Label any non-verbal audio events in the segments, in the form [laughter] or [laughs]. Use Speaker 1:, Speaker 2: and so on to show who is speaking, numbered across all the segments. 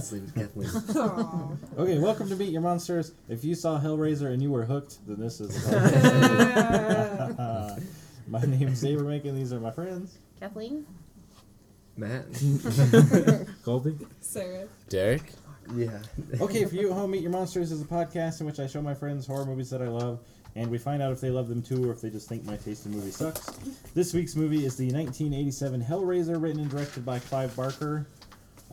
Speaker 1: Sleep with
Speaker 2: [laughs]
Speaker 1: Kathleen.
Speaker 3: Aw.
Speaker 4: Okay, welcome to Meet Your Monsters. If you saw Hellraiser and you were hooked, then this is.
Speaker 3: Uh,
Speaker 4: uh, my name's Dave Remakin, and these are my friends.
Speaker 5: Kathleen?
Speaker 1: Matt.
Speaker 6: Colby?
Speaker 3: Sarah.
Speaker 6: Derek?
Speaker 1: yeah.
Speaker 4: Okay, for you at home, Meet Your Monsters is a podcast in which I show my friends horror movies that I love, and we find out if they love them too or if they just think my taste in movies sucks. This week's movie is the 1987 Hellraiser, written and directed by Clive Barker.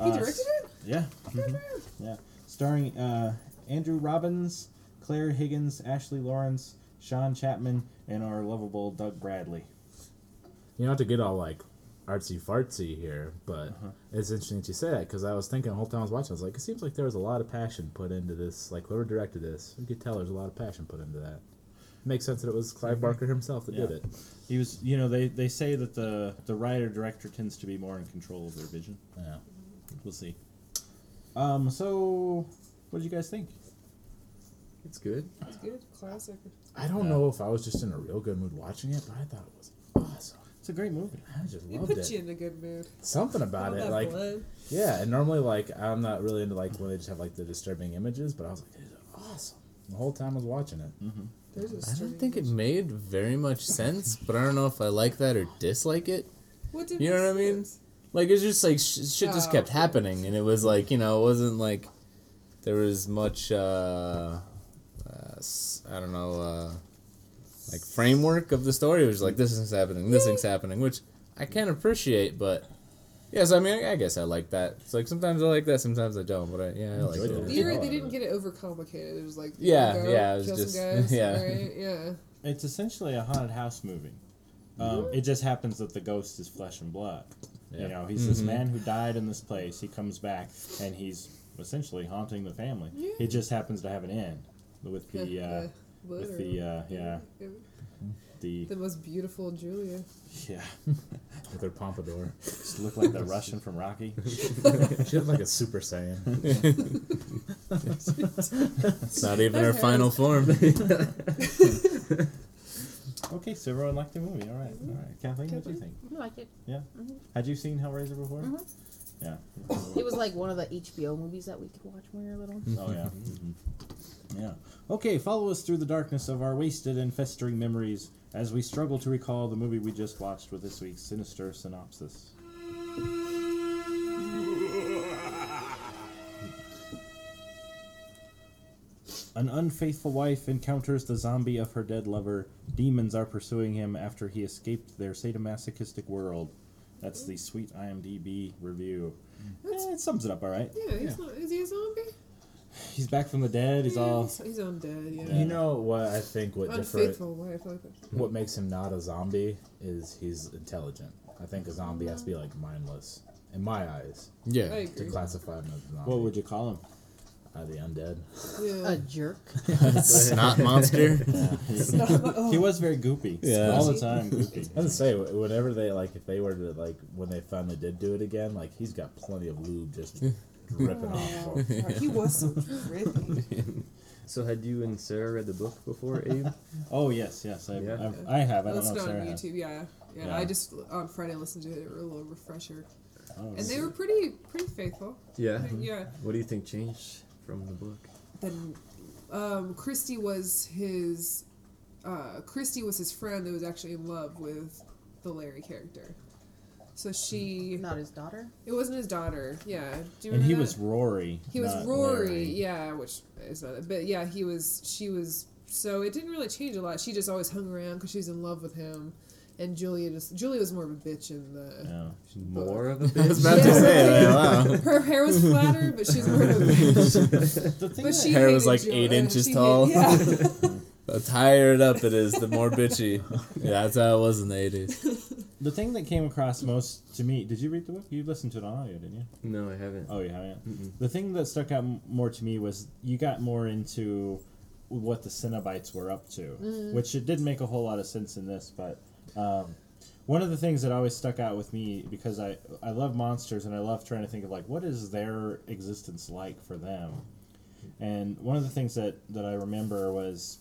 Speaker 3: He
Speaker 4: Uh,
Speaker 3: directed it?
Speaker 4: Yeah. mhm, Yeah. Starring uh, Andrew Robbins, Claire Higgins, Ashley Lawrence, Sean Chapman, and our lovable Doug Bradley.
Speaker 6: You don't have to get all like artsy fartsy here, but it's interesting that you say that because I was thinking the whole time I was watching, I was like, it seems like there was a lot of passion put into this. Like whoever directed this, you could tell there's a lot of passion put into that. Makes sense that it was Clive Barker himself that did
Speaker 4: Yeah.
Speaker 6: it.
Speaker 4: He was, you know, they, they say that the, the writer director tends to be more in control of their vision.
Speaker 6: Yeah.
Speaker 4: We'll see. Um, so, what did you guys think?
Speaker 1: It's good.
Speaker 3: It's good. Classic.
Speaker 6: I don't know if I was just in a real good mood watching it, but I thought it was awesome.
Speaker 4: It's a great movie.
Speaker 6: I just
Speaker 3: It
Speaker 6: loved
Speaker 3: put
Speaker 6: it.
Speaker 3: you in a good mood.
Speaker 6: Something
Speaker 3: All
Speaker 6: about it,
Speaker 3: that
Speaker 6: like
Speaker 3: blood.
Speaker 6: yeah. And normally, like I'm not really into like when they just have like the disturbing images, but I was like, this is awesome. The whole time I was watching it.
Speaker 3: There's a
Speaker 2: I
Speaker 3: string.
Speaker 2: don't think it made very much sense, but I don't know if I like that or dislike it.
Speaker 3: What did
Speaker 2: you know what I mean?
Speaker 3: sense?
Speaker 2: Like it's just like sh- shit just
Speaker 3: Oh,
Speaker 2: kept
Speaker 3: okay.
Speaker 2: happening, and it was like you know it wasn't like there was much uh, uh s- I don't know uh like framework of the story. It was like this is happening, this thing's happening, which I can appreciate, but. Yes, I mean, I guess I like that. It's like sometimes I like that, sometimes I don't. But I, yeah, I like
Speaker 6: Enjoyed
Speaker 2: it.
Speaker 6: it.
Speaker 3: You're
Speaker 6: Yeah.
Speaker 3: right. They didn't get it overcomplicated. It was like here
Speaker 2: Yeah,
Speaker 3: you go,
Speaker 2: yeah, it was
Speaker 3: kill
Speaker 2: just- [laughs]
Speaker 3: some guys,
Speaker 2: yeah.
Speaker 3: right? yeah.
Speaker 4: It's essentially a haunted house movie. Um, it just happens that the ghost is flesh and blood. You
Speaker 6: Yeah.
Speaker 4: know, he's this man who died in this place. He comes back and he's essentially haunting the family.
Speaker 3: Yeah.
Speaker 4: It just happens to have an end with [laughs] the uh,
Speaker 3: What
Speaker 4: with
Speaker 3: or-
Speaker 4: the uh, yeah the
Speaker 3: [laughs] the most beautiful Julia.
Speaker 4: yeah.
Speaker 6: With her pompadour, [laughs]
Speaker 4: Just look like the Russian from Rocky.
Speaker 6: she looked like a super saiyan.
Speaker 2: It's not even
Speaker 3: That
Speaker 2: her
Speaker 3: hurts.
Speaker 2: final form. [laughs]
Speaker 4: Okay, so everyone liked the movie. All right, all right. Kathleen, what do you think?
Speaker 5: I liked it.
Speaker 4: Had you seen Hellraiser before?
Speaker 5: Mhm.
Speaker 4: Yeah.
Speaker 5: It was like one of the HBO movies that we could watch when we were little.
Speaker 4: Oh yeah. Yeah. Okay, follow us through the darkness of our wasted and festering memories as we struggle to recall the movie we just watched with this week's sinister synopsis. An unfaithful wife encounters the zombie of her dead lover. Demons are pursuing him after he escaped their sadomasochistic world. That's the sweet IMDb review. Eh, it sums it up all right.
Speaker 3: Yeah, he's not. Is he a zombie?
Speaker 4: He's back from the dead. He's
Speaker 3: yeah,
Speaker 4: all
Speaker 3: He's, he's undead. Yeah.
Speaker 6: You know what I think? What different?
Speaker 3: Unfaithful wife. I like that.
Speaker 6: What makes him not a zombie is he's intelligent. I think a zombie has to be like mindless, in my eyes,
Speaker 2: Yeah.
Speaker 3: I
Speaker 6: to
Speaker 3: agree.
Speaker 6: classify him as a zombie.
Speaker 4: What would you call him?
Speaker 6: uh, the undead?
Speaker 3: Yeah.
Speaker 5: A [laughs]
Speaker 3: [laughs]
Speaker 5: jerk.
Speaker 2: snot monster.
Speaker 3: Oh.
Speaker 4: He was very goopy.
Speaker 6: Yeah.
Speaker 4: All
Speaker 3: [laughs]
Speaker 4: the time goopy.
Speaker 6: I was gonna say wh- whenever they like if they were to like when they finally did do it again, like he's got plenty of lube
Speaker 2: [laughs]
Speaker 6: just dripping off.
Speaker 3: Oh,
Speaker 6: him.
Speaker 3: he was so drippy.
Speaker 7: [laughs] So had you and Sarah read the book before,
Speaker 2: [laughs]
Speaker 7: Abe?
Speaker 4: Oh yes, yes. I,
Speaker 7: Yeah.
Speaker 4: I've, I have. I don't
Speaker 3: That's
Speaker 4: know if
Speaker 3: not on
Speaker 4: Sarah has.
Speaker 3: YouTube. Yeah. yeah,
Speaker 4: Yeah.
Speaker 3: I just on Friday listened to it. A little refresher,
Speaker 4: Oh, Mm-hmm.
Speaker 3: and they were pretty pretty faithful.
Speaker 7: Yeah.
Speaker 3: Yeah.
Speaker 7: What do you think changed from the book?
Speaker 3: Then um, Christy was his. Uh, Christy was his friend that was actually in love with the Larry character. So she.
Speaker 5: Not his daughter.
Speaker 3: It wasn't his daughter. Yeah. Do you
Speaker 4: and he
Speaker 3: remember that?
Speaker 4: was Rory.
Speaker 3: He was
Speaker 4: not
Speaker 3: Rory,
Speaker 4: Larry.
Speaker 3: yeah, which is not it. But yeah, he was. She was. So it didn't really change a lot. She just always hung around because she was in love with him. And Julia just. Julia was more of a bitch in the.
Speaker 4: Yeah.
Speaker 7: More
Speaker 2: [laughs]
Speaker 7: of a
Speaker 2: I
Speaker 7: bitch.
Speaker 2: was about to say, like, wow.
Speaker 3: [laughs] Her hair was flatter, but she's more of a
Speaker 4: [laughs]
Speaker 3: bitch.
Speaker 4: The thing
Speaker 3: But
Speaker 4: that-
Speaker 3: she
Speaker 2: Hair was,
Speaker 3: hated
Speaker 2: like,
Speaker 3: Julia.
Speaker 2: eight inches
Speaker 3: She
Speaker 2: tall.
Speaker 3: Hated, yeah.
Speaker 2: The higher it up it is, the
Speaker 6: [laughs]
Speaker 2: more bitchy. Yeah, that's how it was in the 80s.
Speaker 4: the thing that came across most to me. Did you read the book? You listened to it on audio, didn't you?
Speaker 7: No, I haven't.
Speaker 6: Uh,
Speaker 4: Oh, you haven't. The thing that stuck out m- more to me was you got more into what the Cenobites were up to, which it did make a whole lot of sense in this. But um, one of the things that always stuck out with me because I I love monsters and I love trying to think of like what is their existence like for them, and one of the things that that I remember was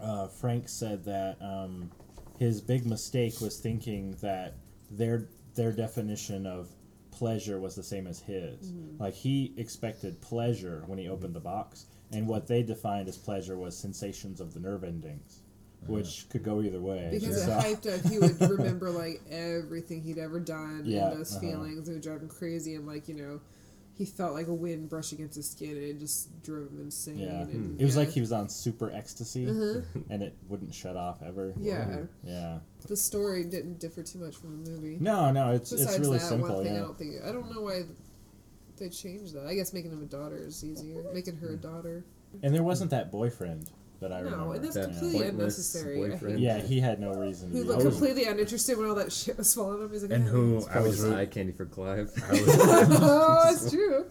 Speaker 4: uh, Frank said that um, his big mistake was thinking that their their definition of pleasure was the same as his.
Speaker 3: Mm-hmm.
Speaker 4: Like he expected pleasure when he opened the box, and what they defined as pleasure was sensations of the nerve endings, which could go either way.
Speaker 3: Because
Speaker 4: So-
Speaker 3: it hyped up, he would remember like everything he'd ever done
Speaker 4: Yeah,
Speaker 3: and those
Speaker 4: uh-huh.
Speaker 3: feelings. It would drive him crazy, and like you know, he felt like a wind brush against his skin, and it just drove him insane.
Speaker 4: Yeah.
Speaker 3: And,
Speaker 4: It was
Speaker 3: yeah.
Speaker 4: like he was on super ecstasy, and it wouldn't shut off ever.
Speaker 3: Mm-hmm. Yeah,
Speaker 4: Yeah.
Speaker 3: the story didn't differ too much from the movie.
Speaker 4: No, no, it's
Speaker 3: Besides
Speaker 4: it's really
Speaker 3: that
Speaker 4: simple.
Speaker 3: one thing, I
Speaker 4: yeah.
Speaker 3: don't think I don't know why they changed that. I guess making him a daughter is easier. Making her a daughter.
Speaker 4: And there wasn't that boyfriend that I
Speaker 3: No,
Speaker 4: remember.
Speaker 3: and that's
Speaker 4: yeah.
Speaker 3: completely
Speaker 1: pointless
Speaker 3: unnecessary. I hate
Speaker 1: boyfriend.
Speaker 4: Yeah, he had no reason. To
Speaker 3: Who
Speaker 4: be
Speaker 3: looked
Speaker 4: there.
Speaker 3: completely uninterested when all that shit was falling on him. He's like, "Oh,
Speaker 6: And
Speaker 3: "Yeah."
Speaker 6: who I
Speaker 7: I was
Speaker 6: was,
Speaker 7: just eye
Speaker 6: root-
Speaker 7: candy for Clive.
Speaker 6: I was
Speaker 3: [laughs] oh, it's true.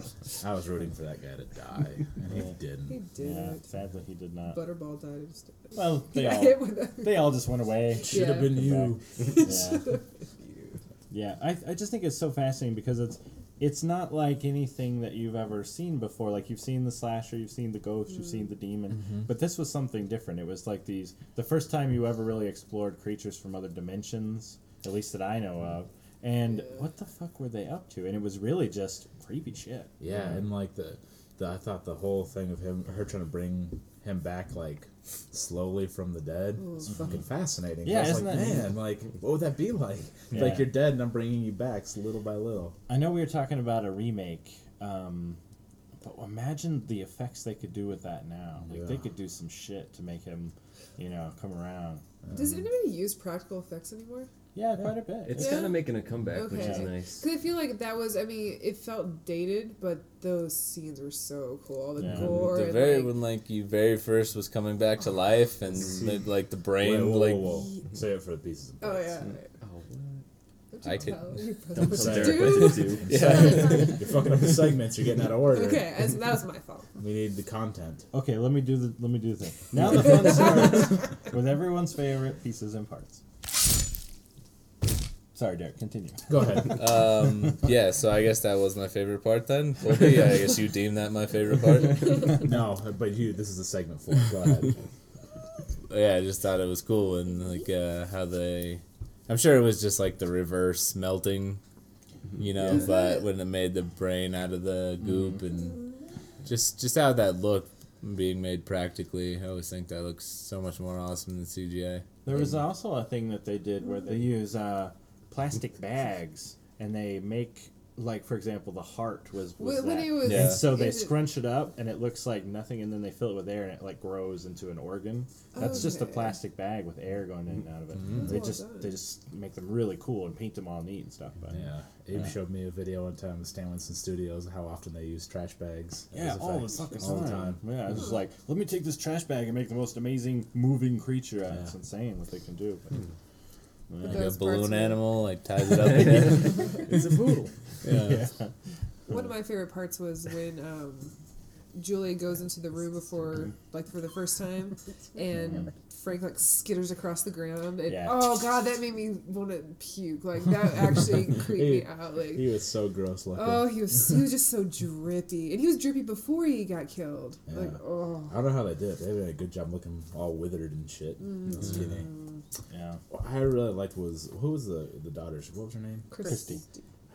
Speaker 6: I was rooting for that guy to die, and he
Speaker 3: He
Speaker 6: didn't.
Speaker 3: did.
Speaker 4: Yeah,
Speaker 3: it.
Speaker 4: sadly he did not.
Speaker 3: Butterball died instead.
Speaker 4: well, Uh.
Speaker 3: [laughs]
Speaker 4: they
Speaker 3: Yeah,
Speaker 4: all
Speaker 3: it would-
Speaker 4: they all just went away.
Speaker 6: Should have
Speaker 3: Yeah.
Speaker 6: been you.
Speaker 4: Yeah, yeah. I, I just think it's so fascinating because it's it's not like anything that you've ever seen before. Like you've seen the slasher, you've seen the ghost, you've seen the demon, but this was something different. It was like these the first time you ever really explored creatures from other dimensions, at least that I know of. And what the fuck were they up to? And it was really just creepy shit.
Speaker 6: Yeah, and like the, the I thought the whole thing of him her trying to bring him back like slowly from the dead was fucking fascinating.
Speaker 4: Yeah,
Speaker 6: I was
Speaker 4: isn't
Speaker 6: like,
Speaker 4: that neat?
Speaker 6: man, like what would that be like?
Speaker 4: Yeah.
Speaker 6: Like you're dead and I'm bringing you back little by little.
Speaker 4: I know we were talking about a remake, um, but imagine the effects they could do with that now. Like they
Speaker 6: Yeah.
Speaker 4: could do some shit to make him, you know, come around.
Speaker 3: Does anybody use practical effects anymore?
Speaker 4: Yeah, quite a bit.
Speaker 7: [laughs] It's
Speaker 3: Yeah.
Speaker 7: kind of making a comeback, which is
Speaker 3: Okay.
Speaker 7: nice.
Speaker 3: Because I feel like that was, I mean, it felt dated, but those scenes were so cool. All the
Speaker 4: Yeah.
Speaker 3: gore.
Speaker 2: The
Speaker 3: and,
Speaker 2: very
Speaker 3: like-
Speaker 2: when like you very first was coming back to life and like, like the brain like
Speaker 6: [laughs] Say it for the pieces of
Speaker 3: oh, yeah.
Speaker 7: Oh,
Speaker 3: Don't you
Speaker 2: I could-
Speaker 3: tell your brother
Speaker 7: Don't
Speaker 3: what to
Speaker 7: stare
Speaker 3: do.
Speaker 7: at that too.
Speaker 6: [laughs]
Speaker 3: [laughs]
Speaker 6: You're fucking up the segments, you're getting out of [laughs] order.
Speaker 3: Okay, as, that was my fault.
Speaker 6: We need the content.
Speaker 4: Okay, let me do the let me do the thing. Now the fun starts with everyone's favorite pieces and parts. Sorry, Derek. Continue.
Speaker 6: Go [laughs] ahead.
Speaker 2: um [laughs] yeah so I guess that was my favorite part then Colby I guess you deem that my favorite part
Speaker 6: no, but you this is a segment for it. Go [laughs] ahead.
Speaker 2: yeah I just thought it was cool and like uh, how they I'm sure it was just like the reverse melting you know but when it made the brain out of the
Speaker 3: Mm-hmm.
Speaker 2: goop and just just how that looked being made practically I always think that looks so much more awesome than CGI
Speaker 4: There was also a thing that they did where they use uh, plastic bags and they make like, for example, the heart was. was
Speaker 3: When- when
Speaker 4: that.
Speaker 3: it was-
Speaker 2: Yeah.
Speaker 4: And so they
Speaker 3: is it-
Speaker 4: scrunch it up and it looks like nothing, and then they fill it with air and it like grows into an organ. That's just a
Speaker 3: Okay.
Speaker 4: plastic bag with air going in and out of it.
Speaker 6: Mm-hmm.
Speaker 4: They
Speaker 3: well
Speaker 4: just
Speaker 3: done.
Speaker 4: they just make them really cool and paint them all neat and stuff. But
Speaker 6: Yeah. Abe showed me a video one time of Stanlinson Studios how often they use trash bags.
Speaker 4: Yeah,
Speaker 6: as
Speaker 4: all the
Speaker 6: effects.
Speaker 4: fucking
Speaker 6: All the
Speaker 4: time.
Speaker 6: time.
Speaker 4: Yeah, it's just like, let me take this trash bag and make the most amazing moving creature. out. It's
Speaker 6: Yeah. Hmm.
Speaker 4: insane what they can do. But
Speaker 2: like a
Speaker 3: Those parts
Speaker 2: balloon
Speaker 3: were-
Speaker 2: animal like ties it up again
Speaker 6: It's a poodle.
Speaker 2: yeah
Speaker 3: One of my favorite parts was when um, Julia goes into the room before, like for the first time, and Frank like skitters across the ground. And
Speaker 4: Yeah.
Speaker 3: oh god, that made me want to puke. Like that actually creeped me out. Like
Speaker 6: He was so gross looking.
Speaker 3: oh, he was he was just so drippy, and he was drippy before he got killed. Like
Speaker 6: Yeah.
Speaker 3: oh,
Speaker 6: I don't know how they did. it. They did a good job looking all withered and shit.
Speaker 3: Mm-hmm.
Speaker 6: Skinny.
Speaker 4: yeah.
Speaker 6: What I really liked was who was the the daughter's what was her name?
Speaker 3: Christy.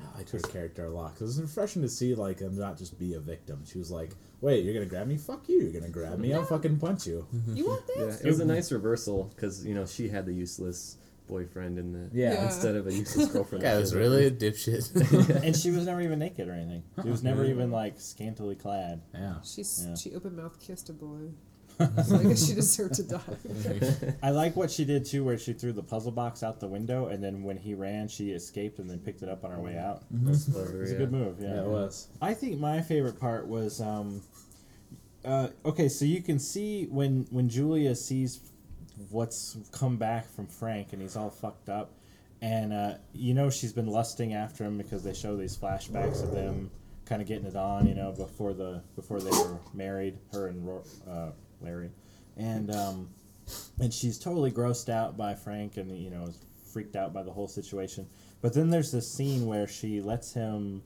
Speaker 6: I liked her character a lot 'cause it was refreshing to see like them not just be a victim. She was like, "Wait, you're gonna grab me? Fuck you! You're gonna grab me? I'll fucking punch you."
Speaker 5: Mm-hmm.
Speaker 3: You want
Speaker 7: Yeah,
Speaker 3: this?
Speaker 7: it was a nice reversal because you know she had the useless boyfriend in the
Speaker 6: Yeah.
Speaker 3: Yeah.
Speaker 7: instead of a useless girlfriend.
Speaker 2: guy was really a dipshit [laughs]
Speaker 4: and she was never even naked or anything. She was never even like scantily clad.
Speaker 6: Yeah.
Speaker 3: She's
Speaker 4: Yeah.
Speaker 3: she open mouth kissed a boy. so I guess she deserved to die.
Speaker 4: I like what she did too, where she threw the puzzle box out the window, and then when he ran, she escaped and then picked it up on her way out.
Speaker 7: Clever,
Speaker 4: It's a
Speaker 7: yeah.
Speaker 4: good move. Yeah,
Speaker 6: Yeah, it [laughs] was.
Speaker 4: I think my favorite part was um, uh, okay. So you can see when when Julia sees what's come back from Frank, and he's all fucked up, and uh, you know she's been lusting after him because they show these flashbacks of them kind of getting it on, you know, before the before they were married, her and Ro- uh, Larry, and um, and she's totally grossed out by Frank, and you know is freaked out by the whole situation. But then there's this scene where she lets him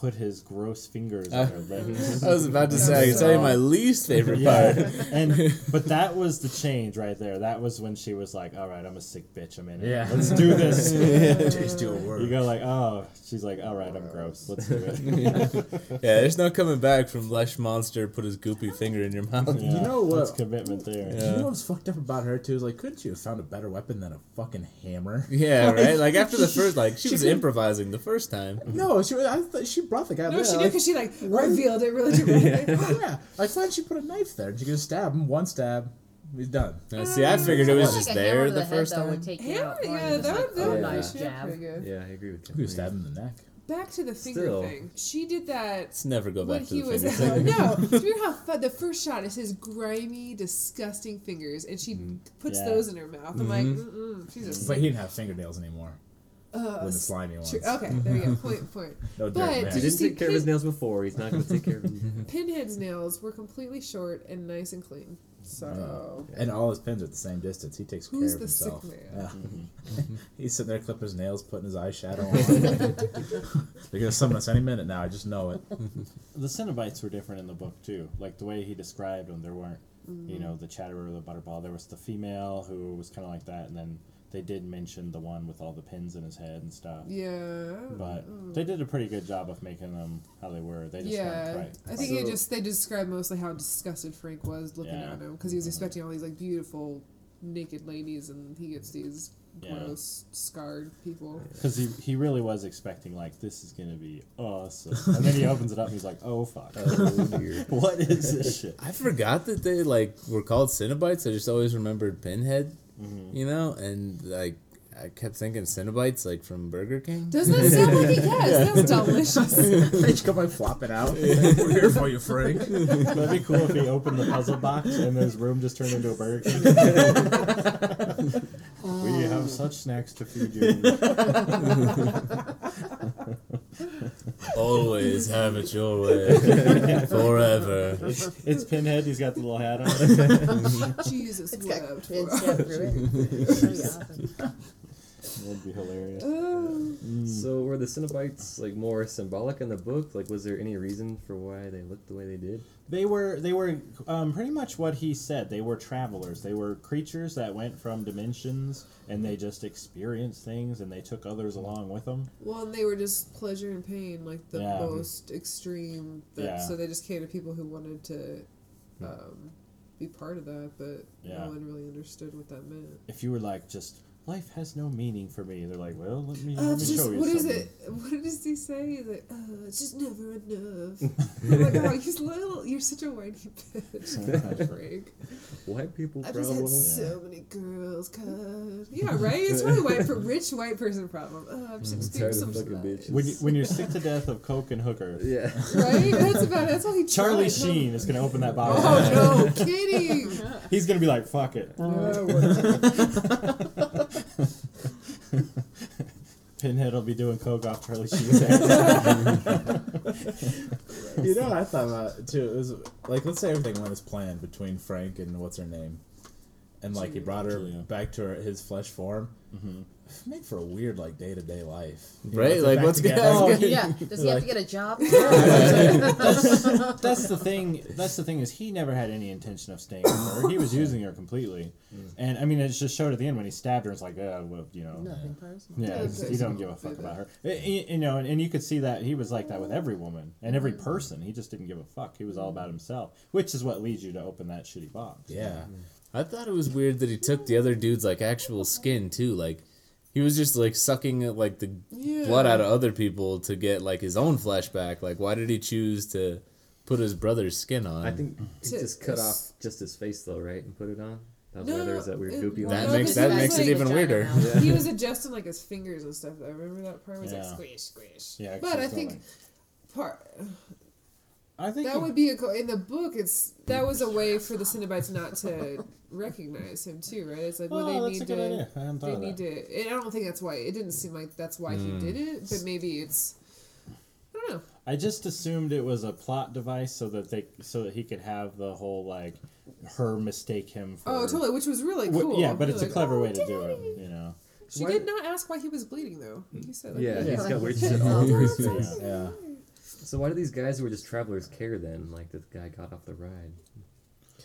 Speaker 4: put his gross fingers on her lips.
Speaker 2: Uh, [laughs] I was about to say, I can tell you my least favorite part.
Speaker 4: Yeah, [laughs]
Speaker 6: [laughs]
Speaker 4: and but that was the change right there. That was when she was like, "All right, I'm a sick bitch. I'm in it.
Speaker 6: Yeah.
Speaker 4: Let's
Speaker 6: [laughs]
Speaker 4: do this." you
Speaker 1: Just do a word.
Speaker 4: go like, "Oh," she's like, "All right, I'm gross. Let's do
Speaker 6: [laughs]
Speaker 4: it."
Speaker 2: yeah, there's no coming back from Lesh Monster put his goopy finger in your mouth.
Speaker 4: Yeah,
Speaker 6: know what-
Speaker 4: That's commitment there.
Speaker 2: Yeah.
Speaker 6: You know what's fucked up about her too is like, couldn't you have found a better weapon than a fucking [laughs] hammer?
Speaker 2: Yeah, right? Like after the first, like
Speaker 6: She
Speaker 2: she
Speaker 6: Mm-hmm.
Speaker 2: was
Speaker 6: could-
Speaker 2: improvising the first time.
Speaker 6: no, she I th- she brought the guy.
Speaker 3: No,
Speaker 6: there,
Speaker 3: she did
Speaker 6: like,
Speaker 3: because she like
Speaker 6: What?
Speaker 3: revealed it really dramatically.
Speaker 6: yeah, like why did she put a knife there? And she goes stab him one stab, he's done.
Speaker 2: Now, see, I figured it
Speaker 5: I
Speaker 2: was
Speaker 5: feel
Speaker 2: just
Speaker 5: like a hammer
Speaker 2: there
Speaker 5: to
Speaker 2: the
Speaker 5: head,
Speaker 2: first
Speaker 5: though,
Speaker 2: time.
Speaker 5: would take you
Speaker 3: Hammer,
Speaker 5: out more
Speaker 3: yeah,
Speaker 5: than
Speaker 3: that,
Speaker 5: just,
Speaker 3: would-
Speaker 5: like,
Speaker 3: that
Speaker 5: a
Speaker 3: would
Speaker 5: Oh, nice
Speaker 3: be
Speaker 5: jab.
Speaker 3: pretty good.
Speaker 7: Yeah, I agree with
Speaker 6: You
Speaker 7: you.
Speaker 6: could stab him in the neck.
Speaker 3: Back to the finger
Speaker 7: Still.
Speaker 3: thing. She did that
Speaker 2: Let's never go
Speaker 3: when
Speaker 2: back to
Speaker 3: he
Speaker 2: the
Speaker 3: was
Speaker 2: finger
Speaker 3: out. [laughs]
Speaker 2: thing.
Speaker 3: no. Do you remember how fu- the first shot is his grimy, disgusting fingers, and she puts
Speaker 4: Yeah.
Speaker 3: those in her mouth. I'm like, mm-mm, she's a
Speaker 6: But he didn't have fingernails anymore.
Speaker 3: uh,
Speaker 6: when the slimy ones.
Speaker 3: tr- okay, there you go. Point, point.
Speaker 6: No dirt
Speaker 3: But
Speaker 6: rags.
Speaker 7: He
Speaker 3: Did you
Speaker 7: didn't
Speaker 3: see
Speaker 7: take care of his
Speaker 3: Pete-
Speaker 7: nails before. He's not going to take care of
Speaker 6: [laughs]
Speaker 7: them.
Speaker 3: Pinhead's nails were completely short and nice and clean. So
Speaker 6: And all his pins are at the same distance. He takes
Speaker 3: Who's
Speaker 6: care of
Speaker 3: the sick
Speaker 6: himself.
Speaker 3: man?
Speaker 6: Yeah. He's sitting there clipping his nails, putting his
Speaker 3: [laughs]
Speaker 6: eyeshadow on. They're gonna summon us any minute now. I just know it.
Speaker 4: The Cenobites were different in the book too. Like the way he described them, there weren't, you
Speaker 3: Mm-hmm.
Speaker 4: know, the Chatterer or the Butterball. There was the female who was kind of like that, and then they did mention the one with all the pins in his head and stuff.
Speaker 3: yeah, Mm-hmm.
Speaker 4: But they did a pretty good job of making them how they were. They just
Speaker 3: yeah.
Speaker 4: weren't right.
Speaker 3: I think it
Speaker 7: So-
Speaker 3: just they described mostly how disgusted Frank was looking
Speaker 4: Yeah. Mm-hmm.
Speaker 3: at him because he was expecting all these like beautiful naked ladies, and he gets these
Speaker 4: Yeah.
Speaker 3: gross scarred people.
Speaker 4: Because he, he really was expecting, like, this is going to be awesome. And then he opens it up and he's like, oh, fuck. [laughs]
Speaker 2: [laughs]
Speaker 4: what is this shit?
Speaker 2: I forgot that they like were called Cenobites. I just always remembered Pinhead, you know, and like I kept thinking Cenobites like from Burger King. [laughs]
Speaker 3: Doesn't that sound like he
Speaker 4: [laughs]
Speaker 3: has? That's delicious.
Speaker 6: they just come by flopping out. We're here for you, Frank.
Speaker 4: That'd be cool if he opened the puzzle box and his room just turned into a Burger King. we have such snacks to feed you.
Speaker 2: Always have it your way, forever.
Speaker 4: It's, it's Pinhead. He's got the little hat on.
Speaker 3: Jesus,
Speaker 5: It's
Speaker 3: what
Speaker 5: got
Speaker 3: up?
Speaker 5: pins
Speaker 3: [laughs]
Speaker 5: shoved
Speaker 2: [laughs]
Speaker 5: through it. It's pretty awesome.
Speaker 4: That'd be hilarious.
Speaker 3: Oh,
Speaker 7: So were the Cenobites like more symbolic in the book? Like, was there any reason for why they looked the way they did?
Speaker 4: They were they were um, pretty much what he said. They were travelers. They were creatures that went from dimensions and they just experienced things and they took others along with them.
Speaker 3: well, and they were just pleasure and pain, like the
Speaker 4: Yeah.
Speaker 3: most extreme. That,
Speaker 4: Yeah. Hmm.
Speaker 3: So they just came to people who wanted to um, be part of that, but
Speaker 4: Yeah.
Speaker 3: no one really understood what that meant.
Speaker 4: If you were like just life has no meaning for me, they're like, well, let me,
Speaker 3: Uh,
Speaker 4: let me
Speaker 3: it's just,
Speaker 4: show you
Speaker 3: what is
Speaker 4: something.
Speaker 3: it? What does he say? He's like, oh, it's just never enough.
Speaker 4: [laughs]
Speaker 3: I'm like, oh, he's little, you're such a
Speaker 4: [laughs]
Speaker 3: whiny bitch. God, Frank.
Speaker 7: White people
Speaker 3: I've just had
Speaker 7: problem.
Speaker 3: so many girls, cuz. Yeah, right? It's really white for rich white person problem. Oh, I'm
Speaker 4: Mm,
Speaker 3: just
Speaker 7: tired
Speaker 3: experiencing
Speaker 7: of
Speaker 3: some
Speaker 7: fucking
Speaker 3: bitch.
Speaker 7: bitches.
Speaker 4: When you, when you're sick
Speaker 3: [laughs]
Speaker 4: to death of coke and hooker,
Speaker 7: Yeah.
Speaker 3: Right? That's about it. That's all he
Speaker 4: [laughs] Charlie
Speaker 3: tried.
Speaker 4: Sheen is gonna open that box. [laughs]
Speaker 3: Oh, no, kidding.
Speaker 4: He's gonna be like, fuck it.
Speaker 3: No.
Speaker 4: Pinhead will be doing coke off Charlie Sheen's
Speaker 3: [laughs]
Speaker 4: ass.
Speaker 6: You know, what I thought about it, too. It was like, let's say everything went as planned between Frank and what's her name, and like he brought her
Speaker 4: Julia.
Speaker 6: back to her, his flesh form. Mm-hmm. Make for a weird like day to day life, You
Speaker 2: Right,
Speaker 6: if they're
Speaker 2: like,
Speaker 6: back
Speaker 2: what's gonna-
Speaker 6: together-
Speaker 5: Oh, yeah. Does he have to get a
Speaker 2: [laughs]
Speaker 5: job?
Speaker 4: That's the thing. That's the thing is he never had any intention of staying with her. He was using her completely,
Speaker 3: Mm.
Speaker 4: and I mean it just showed at the end when he stabbed her. It's like, uh, well, you know,
Speaker 5: Nothing personal.
Speaker 4: Yeah,
Speaker 3: Yeah,
Speaker 4: it's-
Speaker 3: it's
Speaker 4: you don't give a fuck about her. Y- y- You, know, and, and you could see that he was like that with every woman and every person. He just didn't give a fuck. He was all about himself, which is what leads you to open that shitty box.
Speaker 6: Yeah,
Speaker 2: I thought it was weird that he took the other dude's like actual skin too. Like he was just like sucking uh, like the
Speaker 3: Yeah.
Speaker 2: blood out of other people to get like his own flesh back. Like why did he choose to put his brother's skin on?
Speaker 7: I think he
Speaker 3: To-
Speaker 7: just cut off just his face though, right, and put it on. That's why
Speaker 3: No,
Speaker 7: there's that weird
Speaker 3: it-
Speaker 7: goopy
Speaker 3: well,
Speaker 7: line.
Speaker 2: that
Speaker 3: no,
Speaker 2: makes
Speaker 3: because
Speaker 2: that
Speaker 3: he
Speaker 2: makes
Speaker 3: was,
Speaker 2: it even
Speaker 5: like,
Speaker 2: weirder.
Speaker 5: vagina
Speaker 3: he was adjusting like his fingers and stuff. I remember that part was
Speaker 4: Yeah.
Speaker 3: like squish, squish.
Speaker 4: Yeah, 'cause
Speaker 3: but I
Speaker 4: he's
Speaker 3: think
Speaker 4: going
Speaker 3: part
Speaker 4: I think
Speaker 3: that would be a co- in the book. It's that was a way for the Cenobites not to recognize him too, right? It's like well,
Speaker 4: Oh,
Speaker 3: they
Speaker 4: that's
Speaker 3: need
Speaker 4: a good
Speaker 3: to
Speaker 4: idea. I hadn't thought
Speaker 3: they
Speaker 4: of
Speaker 3: need to. And I don't think that's why. It didn't seem like that's why he did it,
Speaker 4: Hmm.
Speaker 3: but maybe it's. I don't know.
Speaker 4: I just assumed it was a plot device so that they so that he could have the whole like her mistake him for.
Speaker 3: Oh, totally. Which was really
Speaker 4: Wh-
Speaker 3: cool.
Speaker 4: Yeah, but
Speaker 3: You're
Speaker 4: it's a
Speaker 3: like,
Speaker 4: clever
Speaker 3: "Oh,
Speaker 4: way to
Speaker 3: did
Speaker 4: do
Speaker 3: he?"
Speaker 4: it. You know.
Speaker 3: She
Speaker 7: Why-
Speaker 3: did not ask why he was bleeding though. He said, like,
Speaker 7: Yeah,
Speaker 3: "Yeah." [laughs]
Speaker 7: he's got weird shit all over his face.
Speaker 6: yeah.
Speaker 7: So why do these guys who were just travelers care then? Like that guy got off the ride.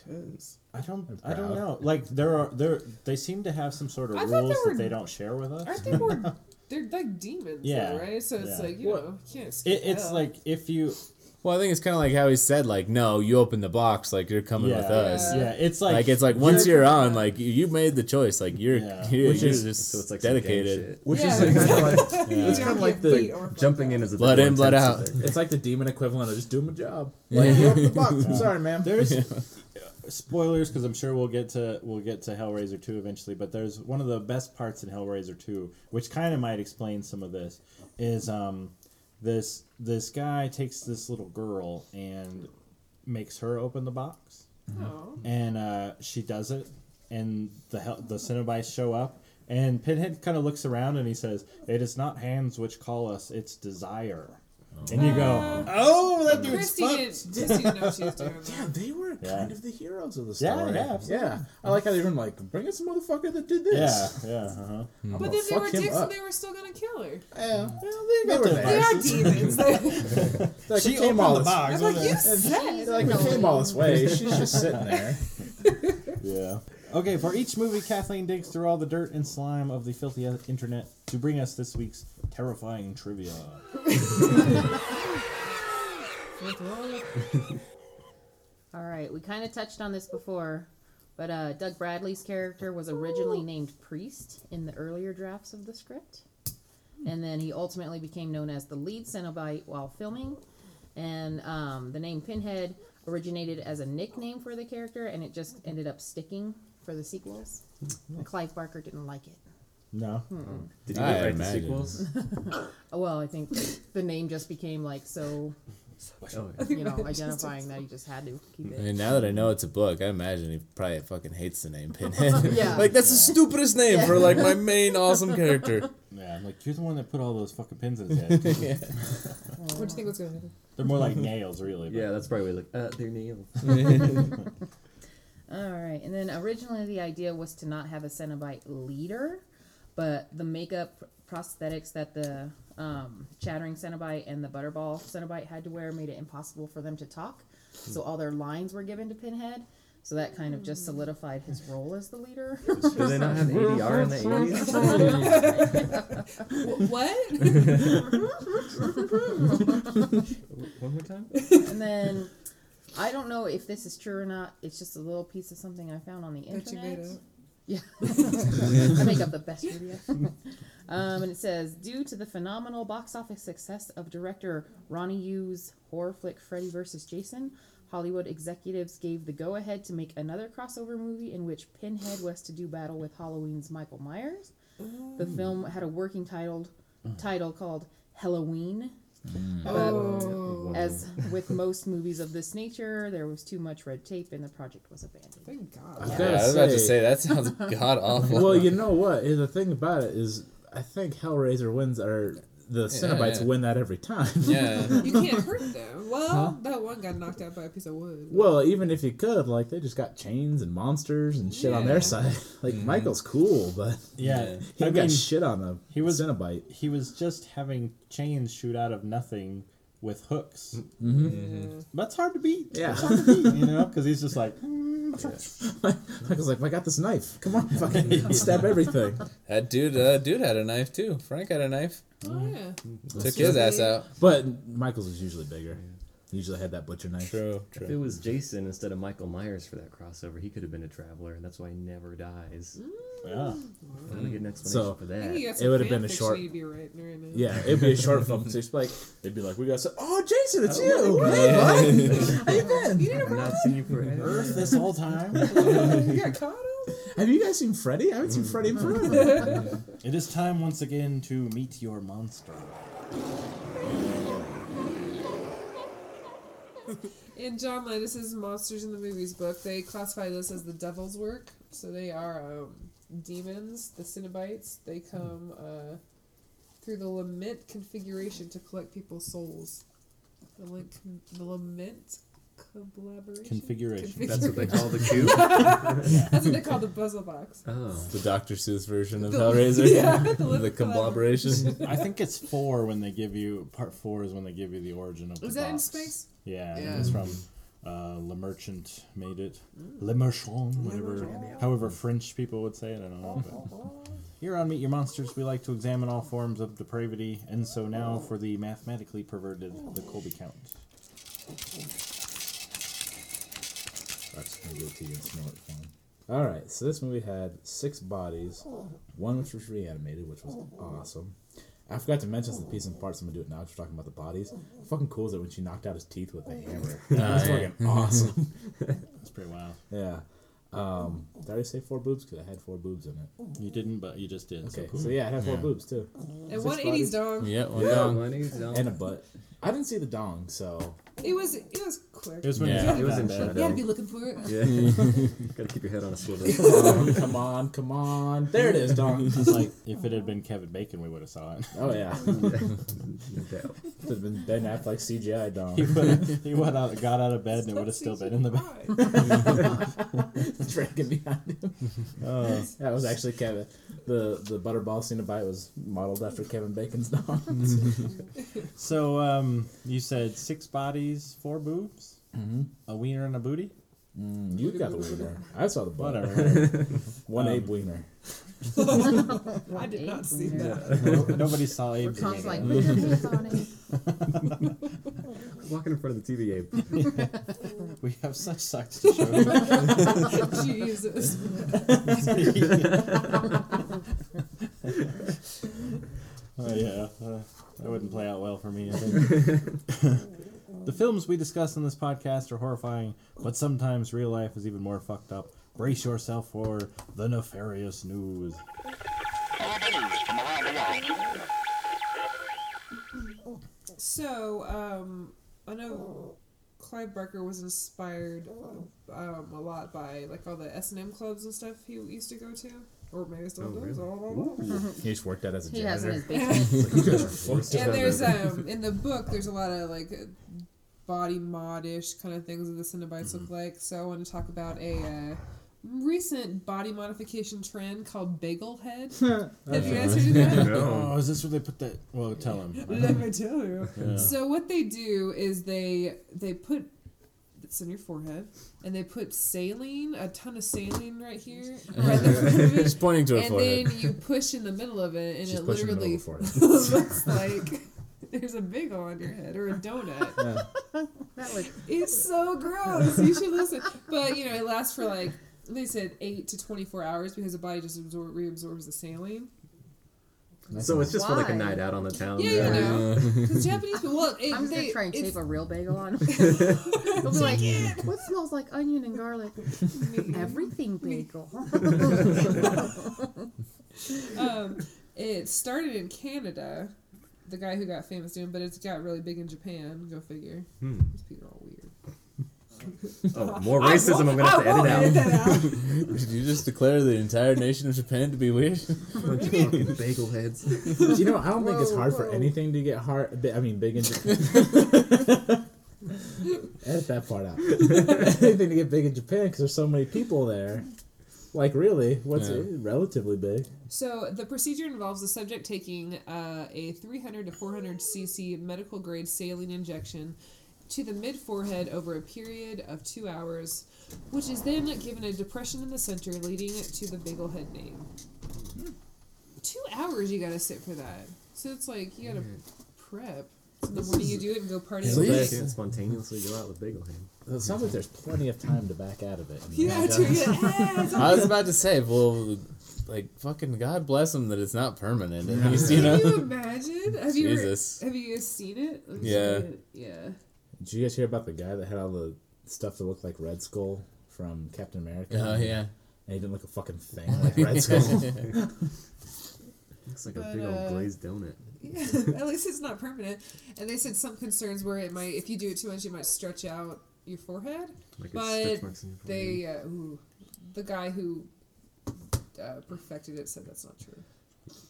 Speaker 3: Because
Speaker 4: I don't. I don't
Speaker 6: proud.
Speaker 4: know. Like there are there. They seem to have some sort of
Speaker 3: I thought
Speaker 4: rules
Speaker 3: they
Speaker 4: that
Speaker 3: were-
Speaker 4: they don't share with us.
Speaker 3: aren't they more? They're like demons,
Speaker 4: Yeah,
Speaker 3: though, right? So it's
Speaker 4: yeah.
Speaker 3: like you
Speaker 6: Well,
Speaker 3: know, you can't.
Speaker 4: It,
Speaker 3: escape
Speaker 4: it's
Speaker 3: hell.
Speaker 4: like if you.
Speaker 2: Well, I think it's kind of like how he said, like, no, you open the box, like you're coming
Speaker 4: Yeah,
Speaker 2: with us.
Speaker 4: yeah. It's
Speaker 2: Like,
Speaker 4: like
Speaker 2: it's like [laughs] once you're on, like you- you made the choice, like you're
Speaker 4: Yeah.
Speaker 2: [laughs] you're,
Speaker 6: Which
Speaker 2: you're
Speaker 6: is-
Speaker 2: just
Speaker 7: So it's like some gang
Speaker 2: dedicated.
Speaker 7: shit.
Speaker 1: Which
Speaker 3: Yeah,
Speaker 1: is like, kind of like,
Speaker 3: [laughs] You
Speaker 1: it's kind of
Speaker 3: don't get
Speaker 1: like
Speaker 3: beat
Speaker 1: the
Speaker 3: or
Speaker 1: jumping in
Speaker 3: fucked
Speaker 1: is a bit
Speaker 2: Blood
Speaker 1: more
Speaker 2: in, blood
Speaker 1: intense
Speaker 2: out.
Speaker 1: than
Speaker 6: It's like the demon equivalent of just doing my job. Like, you open the box. I'm sorry, ma'am.
Speaker 4: there's spoilers because I'm sure we'll get to we'll get to Hellraiser 2 eventually. But there's one of the best parts in Hellraiser 2, which kind of might explain some of this. Is um this this guy takes this little girl and makes her open the box,
Speaker 3: Oh.
Speaker 4: and uh, she does it, and the hell, the Cenobites show up. And Pinhead kind of looks around and he says, "It is not hands which call us; it's desire." And you go, "Oh, that dude's
Speaker 3: Christy
Speaker 4: fucked."
Speaker 3: didn't, Christy didn't know she was doing
Speaker 6: Yeah,
Speaker 3: that.
Speaker 6: they were
Speaker 4: Yeah.
Speaker 6: kind of the heroes of the
Speaker 4: Yeah,
Speaker 6: story.
Speaker 4: yeah, absolutely.
Speaker 6: I like how they were like, bring us a motherfucker that did
Speaker 4: Yeah,
Speaker 6: this.
Speaker 4: yeah, uh-huh.
Speaker 6: I'm gonna
Speaker 3: But then they
Speaker 6: fuck
Speaker 3: were
Speaker 6: him
Speaker 3: dicks
Speaker 6: up.
Speaker 3: and they were still gonna kill her.
Speaker 6: Yeah,
Speaker 4: they
Speaker 6: they were
Speaker 4: were
Speaker 3: They
Speaker 6: there.
Speaker 3: are demons.
Speaker 6: Like,
Speaker 4: She
Speaker 6: it came
Speaker 4: opened
Speaker 6: all
Speaker 4: the
Speaker 6: this-
Speaker 4: box.
Speaker 3: I'm like, you
Speaker 6: They're
Speaker 3: said.
Speaker 6: Like, we came all this way. She's just sitting there.
Speaker 4: Yeah. Okay, for each movie, Kathleen digs through all the dirt and slime of the filthy internet to bring us this week's terrifying trivia.
Speaker 5: [laughs] All right, we kind of touched on this before, but uh, Doug Bradley's character was originally named Priest in the earlier drafts of the script, and then he ultimately became known as the lead Cenobite while filming. And um, the name Pinhead originated as a nickname for the character, and it just ended up sticking for the sequels. Clive Barker didn't like it.
Speaker 4: No.
Speaker 7: Did you
Speaker 2: I
Speaker 7: write the
Speaker 2: imagine. [laughs]
Speaker 7: sequels?
Speaker 5: Oh, Well, I think the name just became like so,
Speaker 7: Oh, yeah.
Speaker 5: you know, identifying that he just had to keep
Speaker 2: I
Speaker 5: it.
Speaker 2: mean, now that I know it's a book, I imagine he probably fucking hates the name Pinhead.
Speaker 5: Yeah.
Speaker 2: [laughs] like that's the stupidest name for like my main awesome character.
Speaker 4: Yeah, I'm like, you're the one that put all those fucking pins in his head. [laughs]
Speaker 3: What do you think was gonna happen?
Speaker 4: They're more like nails, really. but-
Speaker 7: yeah, that's probably like uh, their nails.
Speaker 2: [laughs]
Speaker 5: All right. And then originally the idea was to not have a Cenobite leader, but the makeup prosthetics that the um, Chattering Cenobite and the Butterball Cenobite had to wear made it impossible for them to talk. So all their lines were given to Pinhead. So that kind of
Speaker 3: Hmm.
Speaker 5: just solidified his role as the leader.
Speaker 7: Do they not have ADR in the
Speaker 3: Wh- What?
Speaker 7: 80s? One more time?
Speaker 5: and then I don't know if this is true or not. It's just a little piece of something I found on the
Speaker 3: That you made
Speaker 5: internet.
Speaker 3: up.
Speaker 5: Yeah. I make up the best video. [laughs] Um, and it says, due to the phenomenal box office success of director Ronnie Yu's horror flick Freddy vs. Jason, Hollywood executives gave the go ahead to make another crossover movie in which Pinhead was to do battle with Halloween's Michael Myers. The film had a working titled title called Halloween. But
Speaker 3: Oh,
Speaker 5: as with most movies of this nature, there was too much red tape and the project was abandoned.
Speaker 3: thank
Speaker 6: I
Speaker 3: God.
Speaker 6: gotta
Speaker 2: Yeah, I was about to
Speaker 6: say-
Speaker 2: say that sounds god awful.
Speaker 6: well, you know what? The thing about it is, I think Hellraiser wins, or the Cenobites
Speaker 2: yeah.
Speaker 6: win that every time.
Speaker 2: yeah.
Speaker 3: You can't hurt them. Well, that one got knocked out by a piece of wood.
Speaker 6: [laughs] Well, even if you could, like, they just got chains and monsters and shit on
Speaker 3: Yeah.
Speaker 6: their side. [laughs] Like, Michael's cool, but
Speaker 4: Yeah.
Speaker 6: he
Speaker 4: I
Speaker 6: got
Speaker 4: mean,
Speaker 6: shit on the
Speaker 4: he was-
Speaker 6: Cenobite.
Speaker 4: he was just having chains shoot out of nothing with hooks.
Speaker 3: Yeah.
Speaker 4: That's hard to beat.
Speaker 6: [laughs] Yeah.
Speaker 4: That's hard to beat, you know? Because he's just [laughs] like,
Speaker 6: Michael's like, I got this knife. Come [laughs] on, fucking stab everything.
Speaker 2: That dude, uh, dude had a knife too. Frank had a knife.
Speaker 3: Oh yeah.
Speaker 2: Took his ass out.
Speaker 6: But Michael's was usually bigger. He usually had that butcher knife.
Speaker 2: True,
Speaker 7: If it was Jason instead of Michael Myers for that crossover, he could have been a traveler, and that's why he never dies.
Speaker 4: yeah.
Speaker 7: I don't
Speaker 2: Mm.
Speaker 7: get an explanation
Speaker 6: So-
Speaker 7: for
Speaker 3: I think you
Speaker 7: that.
Speaker 3: got some
Speaker 6: would've been a
Speaker 3: fanfiction
Speaker 6: short-
Speaker 3: you need to be writing right now.
Speaker 6: Yeah, it'd be a short film. So it's like [laughs] they'd be like, "We got so- oh Jason, it's you. Hey, bud. How you been?
Speaker 7: I've not
Speaker 3: uh,
Speaker 7: seen you forever.
Speaker 4: Earth this whole [laughs] time.
Speaker 3: [laughs] you got caught up.
Speaker 6: Have you guys seen Freddy? I haven't seen Freddy in forever." [laughs]
Speaker 4: it is time once again to meet your monster.
Speaker 3: In John Landis's Monsters in the Movies book, they classify this as the devil's work. So they are um, demons, the Cenobites. They come uh, through the lament configuration to collect people's souls. The, link, the lament collaboration.
Speaker 4: Configuration.
Speaker 3: Config-
Speaker 1: That's
Speaker 3: [laughs]
Speaker 1: what they call the cube.
Speaker 3: That's what they call the puzzle
Speaker 4: [laughs]
Speaker 3: box.
Speaker 1: Oh,
Speaker 2: The Dr. Seuss version of
Speaker 3: The-
Speaker 2: Hellraiser.
Speaker 3: yeah, the
Speaker 2: the
Speaker 3: little
Speaker 2: conglomeration.
Speaker 4: I think it's four when they give you part four is when they give you the origin of.
Speaker 3: Was
Speaker 4: the
Speaker 3: that in
Speaker 4: box.
Speaker 3: space?
Speaker 4: Yeah,
Speaker 3: Yeah.
Speaker 4: it's from uh, Le Merchant made it.
Speaker 3: Mm.
Speaker 4: Le Marchand, whatever, however French people would say it. I don't know. But. Here on Meet Your Monsters, we like to examine all forms of depravity, and so now for the mathematically perverted, the Colby Count.
Speaker 6: I'm just gonna give it to you in snort form. All right, so this movie had six bodies, one which was reanimated, which was awesome. I forgot to mention the piece and parts. I'm gonna do it now. Just talking about the bodies. How fucking cool is it when she knocked out his teeth with a hammer? That's
Speaker 2: yeah.
Speaker 6: fucking [laughs] awesome.
Speaker 4: That's pretty wild.
Speaker 6: yeah. Um, did I already say four boobs? Because I had four boobs in it.
Speaker 4: You didn't, but you just did. so
Speaker 6: Okay,
Speaker 4: cool.
Speaker 6: so yeah, I had four
Speaker 2: Yeah.
Speaker 6: boobs too,
Speaker 3: And one eighties dong.
Speaker 2: Yeah, one
Speaker 7: Yeah,
Speaker 2: down.
Speaker 7: money's down.
Speaker 6: and a butt. I didn't see the dong, so [laughs]
Speaker 3: It was it was
Speaker 4: It
Speaker 3: quick.
Speaker 4: was when
Speaker 2: Yeah.
Speaker 4: yeah,
Speaker 7: It was in
Speaker 3: you had to
Speaker 7: shadow.
Speaker 3: be looking for it.
Speaker 7: Yeah. [laughs] Gotta keep your head on a swivel.
Speaker 6: um, come on, come on. There it is, dong.
Speaker 4: It's like if it had been Kevin Bacon, we would have saw it. [laughs]
Speaker 6: Oh yeah, [laughs]
Speaker 7: No doubt.
Speaker 6: Could've been Ben Affleck CGI dong.
Speaker 4: He, would've- he went out, got out of bed, and it would have still been in the back.
Speaker 3: back.
Speaker 6: [laughs] dragging behind [laughs] him. that was actually Kevin. The the butterball Cinnabite was modeled after Kevin Bacon's [laughs] dog.
Speaker 4: So um, you said six bodies, four boobs,
Speaker 6: Mm-hmm.
Speaker 4: a wiener and a booty.
Speaker 6: you got the wiener. I saw the butt.
Speaker 4: Whatever.
Speaker 6: [laughs] One
Speaker 4: Um,
Speaker 6: ape wiener.
Speaker 5: [laughs]
Speaker 3: I did not see
Speaker 5: Wiener.
Speaker 3: that.
Speaker 4: No- Nobody saw Abe.
Speaker 5: Tom's like,
Speaker 8: Put your hands on it.
Speaker 7: Walking in front of the TV, Abe.
Speaker 4: We have such sucks to show.
Speaker 3: [laughs] Jesus.
Speaker 4: you. oh yeah, uh, that wouldn't play out well for me. I think. the films we discuss on this podcast are horrifying, but sometimes real life is even more fucked up. Brace yourself for the nefarious news.
Speaker 3: So, um, I know Clive Barker was inspired um, a lot by like all the S and M clubs and stuff he used to go to, or maybe still
Speaker 7: Oh,
Speaker 3: does.
Speaker 7: really?
Speaker 3: I don't know.
Speaker 6: He just worked out as a
Speaker 5: He has in his
Speaker 6: janitor.
Speaker 5: basement.
Speaker 6: you guys are forced to
Speaker 3: And there's um in the book there's a lot of like body modish kind of things that the Cinnabites
Speaker 7: Mm-hmm.
Speaker 3: look like. So I want to talk about a uh, recent body modification trend called bagel head. Have you guys heard of that?
Speaker 4: Oh, is this where they put that? Well, tell him.
Speaker 3: Let me tell you.
Speaker 4: Yeah.
Speaker 3: So what they do is they they put it's in your forehead, and they put saline, a ton of saline right here, right there,
Speaker 2: He's pointing to
Speaker 3: [laughs]
Speaker 2: her
Speaker 3: and
Speaker 2: forehead.
Speaker 3: then you push in the middle of it, and
Speaker 6: She's
Speaker 3: it
Speaker 6: pushing the
Speaker 3: literally
Speaker 6: middle for it.
Speaker 3: [laughs] looks like there's a bagel on your head or
Speaker 6: [laughs]
Speaker 3: a donut.
Speaker 5: That would
Speaker 3: It's so gross. You should listen. But you know, it lasts for like they said eight to twenty four hours because the body just absor- reabsorbs the saline.
Speaker 7: So it's just for like a
Speaker 5: Why?
Speaker 7: night out on the
Speaker 6: Oh,
Speaker 7: town.
Speaker 3: Yeah, you
Speaker 6: [laughs]
Speaker 3: know, 'Cause Japanese people. Well, it,
Speaker 5: I'm just
Speaker 3: they,
Speaker 5: gonna try and
Speaker 3: it's-
Speaker 5: tape a real bagel
Speaker 3: [laughs]
Speaker 5: on. They'll be like, what smells like onion and
Speaker 3: [laughs]
Speaker 5: garlic? [laughs] Everything bagel. [laughs]
Speaker 3: um, it started in Canada. The guy who got famous doing, but it's got really big in Japan. Go figure.
Speaker 7: Hmm.
Speaker 3: These people are all weird.
Speaker 7: Oh, more racism. I'm gonna have to edit out. [laughs]
Speaker 2: Did you just declare the entire nation of Japan to
Speaker 4: [laughs]
Speaker 2: be weird?
Speaker 1: bunch of fucking bagel heads.
Speaker 6: Do you know, I don't think it's
Speaker 3: Whoa,
Speaker 6: hard for
Speaker 3: whoa.
Speaker 6: anything to get hard. bi- I mean, [laughs] big in Japan. Edit that part [laughs] out. anything to get big in Japan because there's so many people there. Like, really, what's
Speaker 2: Yeah.
Speaker 6: it? Relatively big.
Speaker 3: So the procedure involves the subject taking uh, a 300 to 400 cc medical grade saline injection to the mid forehead over a period of two hours, which is then given a depression in the center, leading to the bagel head name. Two hours you gotta sit for that, so it's like you gotta prep. So in the morning you do it and go party.
Speaker 7: So
Speaker 3: all
Speaker 7: they
Speaker 3: day.
Speaker 7: can't spontaneously go out with bagel hand.
Speaker 6: It sounds like there's plenty of time to back out of it. And
Speaker 3: Yeah,
Speaker 6: [laughs] back
Speaker 3: to
Speaker 6: out-
Speaker 3: your ass.
Speaker 2: I was about to say, well, like, fucking God bless him that it's not permanent. At least, you
Speaker 4: [laughs]
Speaker 3: Can
Speaker 2: know?
Speaker 3: you imagine? Have you
Speaker 2: Jesus.
Speaker 3: Ever, have you guys seen it? I'm
Speaker 2: Yeah.
Speaker 3: sorry. Yeah.
Speaker 6: Did you guys hear about the guy that had all the stuff that looked like Red Skull from Captain America?
Speaker 2: Oh, yeah.
Speaker 6: And he didn't look a fucking [laughs] thing like Red Skull. [laughs]
Speaker 7: Looks like a
Speaker 3: But,
Speaker 7: big
Speaker 3: uh,
Speaker 7: old glazed donut.
Speaker 3: Yeah, [laughs] at least it's not permanent. And they said some concerns where it might, if you do it too much, it might stretch out your forehead.
Speaker 7: Like
Speaker 3: but
Speaker 7: it's stretch marks in your forehead.
Speaker 3: They, uh, ooh, the guy who uh, perfected it said that's not true.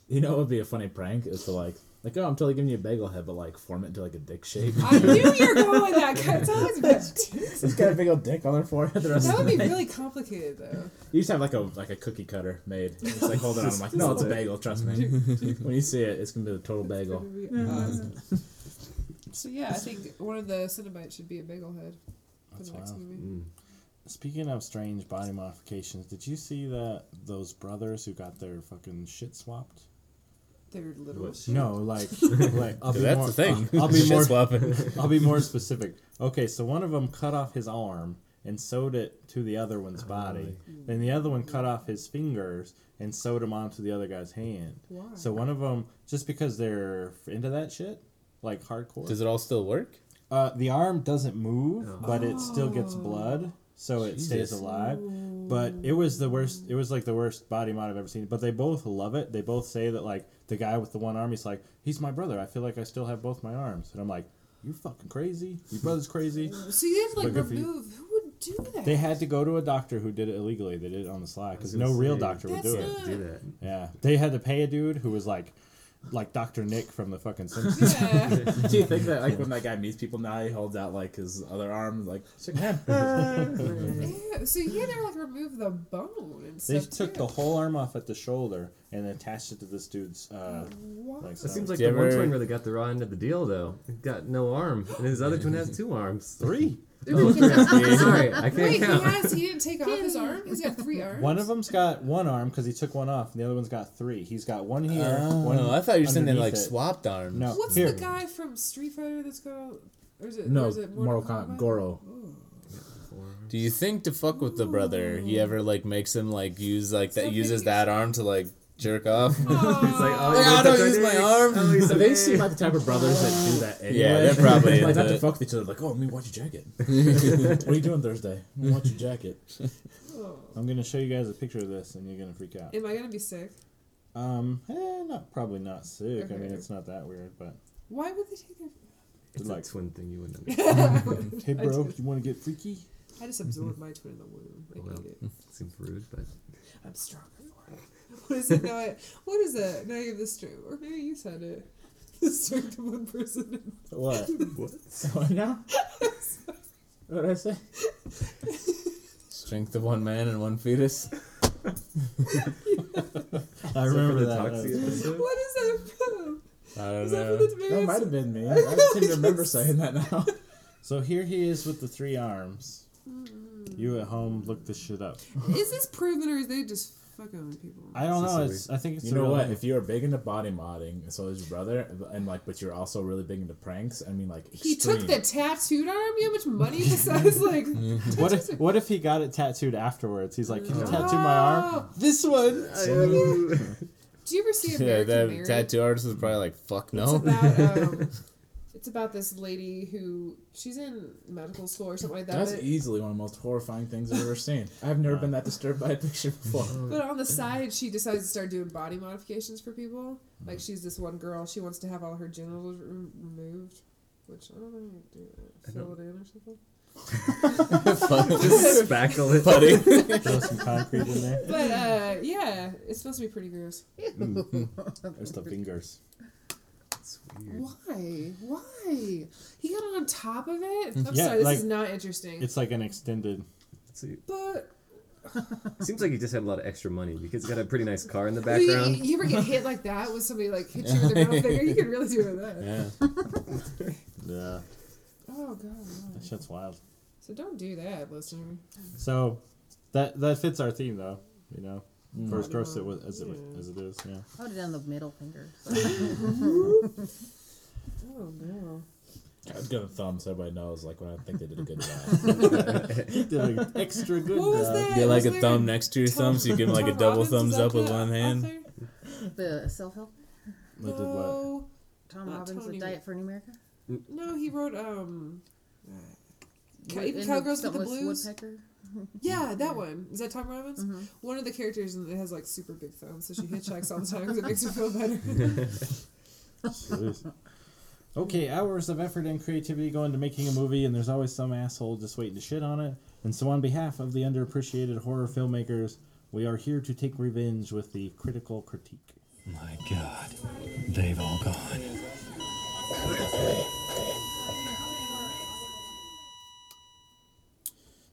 Speaker 6: you know what would be a funny prank? Is to, like, Like, oh, I'm totally giving you a bagel head, but like form it into like a dick shape.
Speaker 3: I knew you were going that. guy. It's always been.
Speaker 6: [laughs] It's got a big old dick on their forehead. [laughs] The rest
Speaker 3: That
Speaker 6: of
Speaker 3: would
Speaker 6: the
Speaker 3: be
Speaker 6: night.
Speaker 3: really complicated though.
Speaker 6: You just have like a like a cookie cutter made. It's like hold it on. I'm like, no, it's a bagel. Trust [laughs] me. when you see it, it's gonna be the total
Speaker 3: That
Speaker 6: bagel.
Speaker 3: would be awesome. So yeah, I think one of the Cinnabites should be a bagel head for
Speaker 4: That's
Speaker 3: the next
Speaker 4: wild.
Speaker 3: movie.
Speaker 7: Mm,
Speaker 4: Speaking of strange body modifications, did you see that those brothers who got their fucking shit swapped?
Speaker 3: They're literal.
Speaker 4: No, like, like I'll be
Speaker 2: That's
Speaker 4: more,
Speaker 2: the thing.
Speaker 4: I'll, I'll be
Speaker 2: [laughs] Shit
Speaker 4: more.
Speaker 2: swapping.
Speaker 4: I'll be more specific. Okay, so one of them cut off his arm and sewed it to the other one's
Speaker 2: Oh,
Speaker 4: body. Then the other one cut off his fingers and sewed them onto the other guy's hand.
Speaker 3: Why?
Speaker 4: So one of them, just because they're into that shit, like hardcore.
Speaker 2: Does it all still work?
Speaker 4: Uh, the arm doesn't move, but it still gets blood, so it stays
Speaker 2: Oh. Jesus.
Speaker 4: alive. But it was the worst. It was like the worst body mod I've ever seen. But they both love it. They both say that like the guy with the one arm, he's like, he's my brother. I feel like I still have both my arms. And I'm like, you fucking crazy. Your brother's crazy.
Speaker 3: So you have to like
Speaker 4: But good for you.
Speaker 3: remove. Who would do that?
Speaker 4: They had to go to a doctor who did it illegally. They did it on the sly because
Speaker 7: gonna
Speaker 4: no real
Speaker 7: say,
Speaker 4: doctor would
Speaker 3: That's
Speaker 4: do it.
Speaker 3: not.
Speaker 7: Do that.
Speaker 4: Yeah, they had to pay a dude who was like, like Doctor Nick from the fucking Simpsons.
Speaker 3: [laughs] Yeah.
Speaker 6: [laughs] Do you think that like when that guy meets people now, he holds out like his other arm, like
Speaker 4: [laughs]
Speaker 6: shake hand.
Speaker 3: Ew, So you had to like remove the bone and
Speaker 4: They
Speaker 3: stuff.
Speaker 4: took
Speaker 3: too.
Speaker 4: the whole arm off at the shoulder and attached it to this dude's. Uh,
Speaker 3: What?
Speaker 4: like,
Speaker 7: That seems like
Speaker 2: Do you
Speaker 7: the one
Speaker 2: ever-
Speaker 7: twin really got the raw end of the deal, though. He Got no arm, and his other twin has two arms.
Speaker 4: three.
Speaker 7: Oh, three. Sorry, I can't
Speaker 3: Wait, he
Speaker 7: count.
Speaker 3: has. He didn't take off his arm. He's got three arms.
Speaker 4: One of them's got one arm because he took one off, and the other one's got three. He's got one here.
Speaker 2: Oh,
Speaker 4: one
Speaker 2: I thought you were saying they like
Speaker 4: underneath it.
Speaker 2: swapped arms.
Speaker 4: No.
Speaker 3: What's
Speaker 4: Here.
Speaker 3: the guy from Street Fighter that's got? Or is it?
Speaker 6: No,
Speaker 3: or is it
Speaker 6: Mortal Kombat Goro.
Speaker 3: [laughs]
Speaker 2: Do you think to fuck with the brother, he ever like makes him like use like that
Speaker 3: Something
Speaker 2: uses
Speaker 3: you-
Speaker 2: that arm to like jerk
Speaker 4: [laughs]
Speaker 2: off? [laughs]
Speaker 7: He's like, oh,
Speaker 2: Like,
Speaker 7: you
Speaker 2: I don't
Speaker 7: took our
Speaker 2: use my
Speaker 7: dick.
Speaker 2: arm.
Speaker 7: Oh, you took
Speaker 6: They
Speaker 7: our
Speaker 6: seem
Speaker 7: dick.
Speaker 6: like the type of brothers that do that anyway.
Speaker 2: Yeah, they're probably
Speaker 6: like not
Speaker 2: into
Speaker 6: to
Speaker 2: it.
Speaker 6: fuck with each other. Like, oh, let me watch your [laughs] jacket. what are you doing Thursday? Let me watch your jacket.
Speaker 3: Oh.
Speaker 4: I'm gonna show you guys a picture of this, and you're gonna freak out.
Speaker 3: Am I gonna be sick?
Speaker 4: Um, eh, not probably not sick. I mean,
Speaker 3: Okay.
Speaker 4: it's not that weird, but
Speaker 3: [laughs] Why would
Speaker 4: [laughs]
Speaker 3: they take their?
Speaker 7: It's
Speaker 4: like-
Speaker 7: a twin thing you wouldn't understand.
Speaker 4: hey, bro,
Speaker 3: just-
Speaker 4: you want to get freaky?
Speaker 3: I just absorbed my twin in the womb. I
Speaker 7: Well.
Speaker 3: hate it.
Speaker 7: Seems rude, but
Speaker 3: I'm stronger for it. [laughs] What is it? No, I, what is that? Now you have the strength, or maybe you said it. [laughs] The strength of one person.
Speaker 6: What? what now? what did I say?
Speaker 2: Strength of one man and one
Speaker 6: [laughs]
Speaker 2: fetus.
Speaker 4: I
Speaker 7: Is
Speaker 4: remember
Speaker 7: for the
Speaker 4: that.
Speaker 7: Toxie
Speaker 3: [laughs]
Speaker 7: episode?
Speaker 3: What is that from?
Speaker 2: I don't
Speaker 3: Is that
Speaker 2: know.
Speaker 3: from the Tomato
Speaker 6: That might have been me. I don't seem to remember saying that now.
Speaker 4: So here he is with the three arms.
Speaker 3: Mm-hmm.
Speaker 4: You at home, look this shit up.
Speaker 3: Is this proven or is they just fucking with people?
Speaker 4: I don't
Speaker 7: This is
Speaker 4: know.
Speaker 7: so
Speaker 4: It's, I think it's
Speaker 6: You
Speaker 4: the
Speaker 6: know
Speaker 4: real
Speaker 6: what?
Speaker 4: one.
Speaker 6: If you're big into body modding, so is your brother, and like, but you're also really big into pranks. I mean, like,
Speaker 3: he took
Speaker 6: extreme.
Speaker 3: the tattooed arm. You know how much money this
Speaker 2: [laughs]
Speaker 3: is? Like, [laughs]
Speaker 4: What if what if he got it tattooed afterwards? He's like,
Speaker 3: Mm.
Speaker 4: can you tattoo my arm?
Speaker 3: Oh.
Speaker 4: This one.
Speaker 3: do you ever see American
Speaker 2: yeah, that
Speaker 3: Mary?
Speaker 2: tattoo artist was probably like, fuck
Speaker 3: It's
Speaker 2: no.
Speaker 3: about um, it's about this lady who she's in medical school or something like that.
Speaker 6: That's
Speaker 3: but,
Speaker 6: easily one of the most horrifying things I've ever seen. I've never been that disturbed by a picture before. [laughs]
Speaker 3: but on the side, she decides to start doing body modifications for people. Like she's this one girl, she wants to have all her genitals re- removed, which I don't know. how to Do that. Fill it in or something.
Speaker 7: [laughs] Just spackle it.
Speaker 2: Buddy.
Speaker 4: [laughs] Throw some concrete in there.
Speaker 3: [clears throat] But uh, yeah, it's supposed to be pretty gross.
Speaker 4: There's the fingers.
Speaker 7: It's weird.
Speaker 3: Why? Why? He got on top of it. I'm
Speaker 4: Mm-hmm. Yeah,
Speaker 3: sorry, this
Speaker 4: like-
Speaker 3: is not interesting.
Speaker 4: It's like an extended.
Speaker 7: Let's see.
Speaker 3: but
Speaker 7: Seems like he just had a lot of extra money because he's got a pretty nice car in the
Speaker 3: you, you,
Speaker 7: background.
Speaker 3: [laughs] you ever get hit like that with somebody like hit you with their middle finger? You could really do it with that.
Speaker 2: yeah.
Speaker 4: [laughs] Yeah,
Speaker 3: Oh god. no.
Speaker 4: that shit's wild.
Speaker 3: So don't do that, listener.
Speaker 4: So that that fits our theme though. You know,
Speaker 6: Mm.
Speaker 4: for as
Speaker 3: Body
Speaker 4: gross it was
Speaker 3: mod.
Speaker 4: as it
Speaker 3: Yeah.
Speaker 4: as it is. Yeah.
Speaker 5: I would have done the middle finger.
Speaker 3: Oh no.
Speaker 6: I was gonna thumb so everybody knows, like, when I think they did a good job.
Speaker 4: He did an extra good
Speaker 3: What was
Speaker 4: job.
Speaker 3: that?
Speaker 2: [laughs] uh, Get like
Speaker 3: Was
Speaker 2: a
Speaker 3: there
Speaker 2: thumb next to your
Speaker 3: Tom-
Speaker 2: thumb so you give him like a
Speaker 3: Tom
Speaker 2: double
Speaker 3: Robbins?
Speaker 2: thumbs
Speaker 3: Is that
Speaker 2: up with
Speaker 3: the
Speaker 2: one hand.
Speaker 3: author?
Speaker 5: The self help.
Speaker 4: They did what?
Speaker 3: No.
Speaker 5: Tom
Speaker 3: Not
Speaker 5: Robbins,
Speaker 3: Uh, Tony.
Speaker 5: The Diet for New America.
Speaker 3: No, he wrote um Cow-
Speaker 5: Wood-
Speaker 3: even
Speaker 5: and
Speaker 3: Cowgirls with the
Speaker 5: something
Speaker 3: Blues.
Speaker 5: Woodpecker.
Speaker 3: Yeah,
Speaker 2: Mm-hmm.
Speaker 3: that one. Is that Tom Robbins? One of the characters in it has like super big thumbs, so she hitchhikes all the time 'cause it makes her feel
Speaker 2: [laughs]
Speaker 3: better.
Speaker 4: Jeez. Okay, hours of effort and creativity go into making a movie, and there's always some asshole just waiting to shit on it. And so, on behalf of the underappreciated horror filmmakers, we are here to take revenge with the critical critique.
Speaker 8: My God, they've all gone.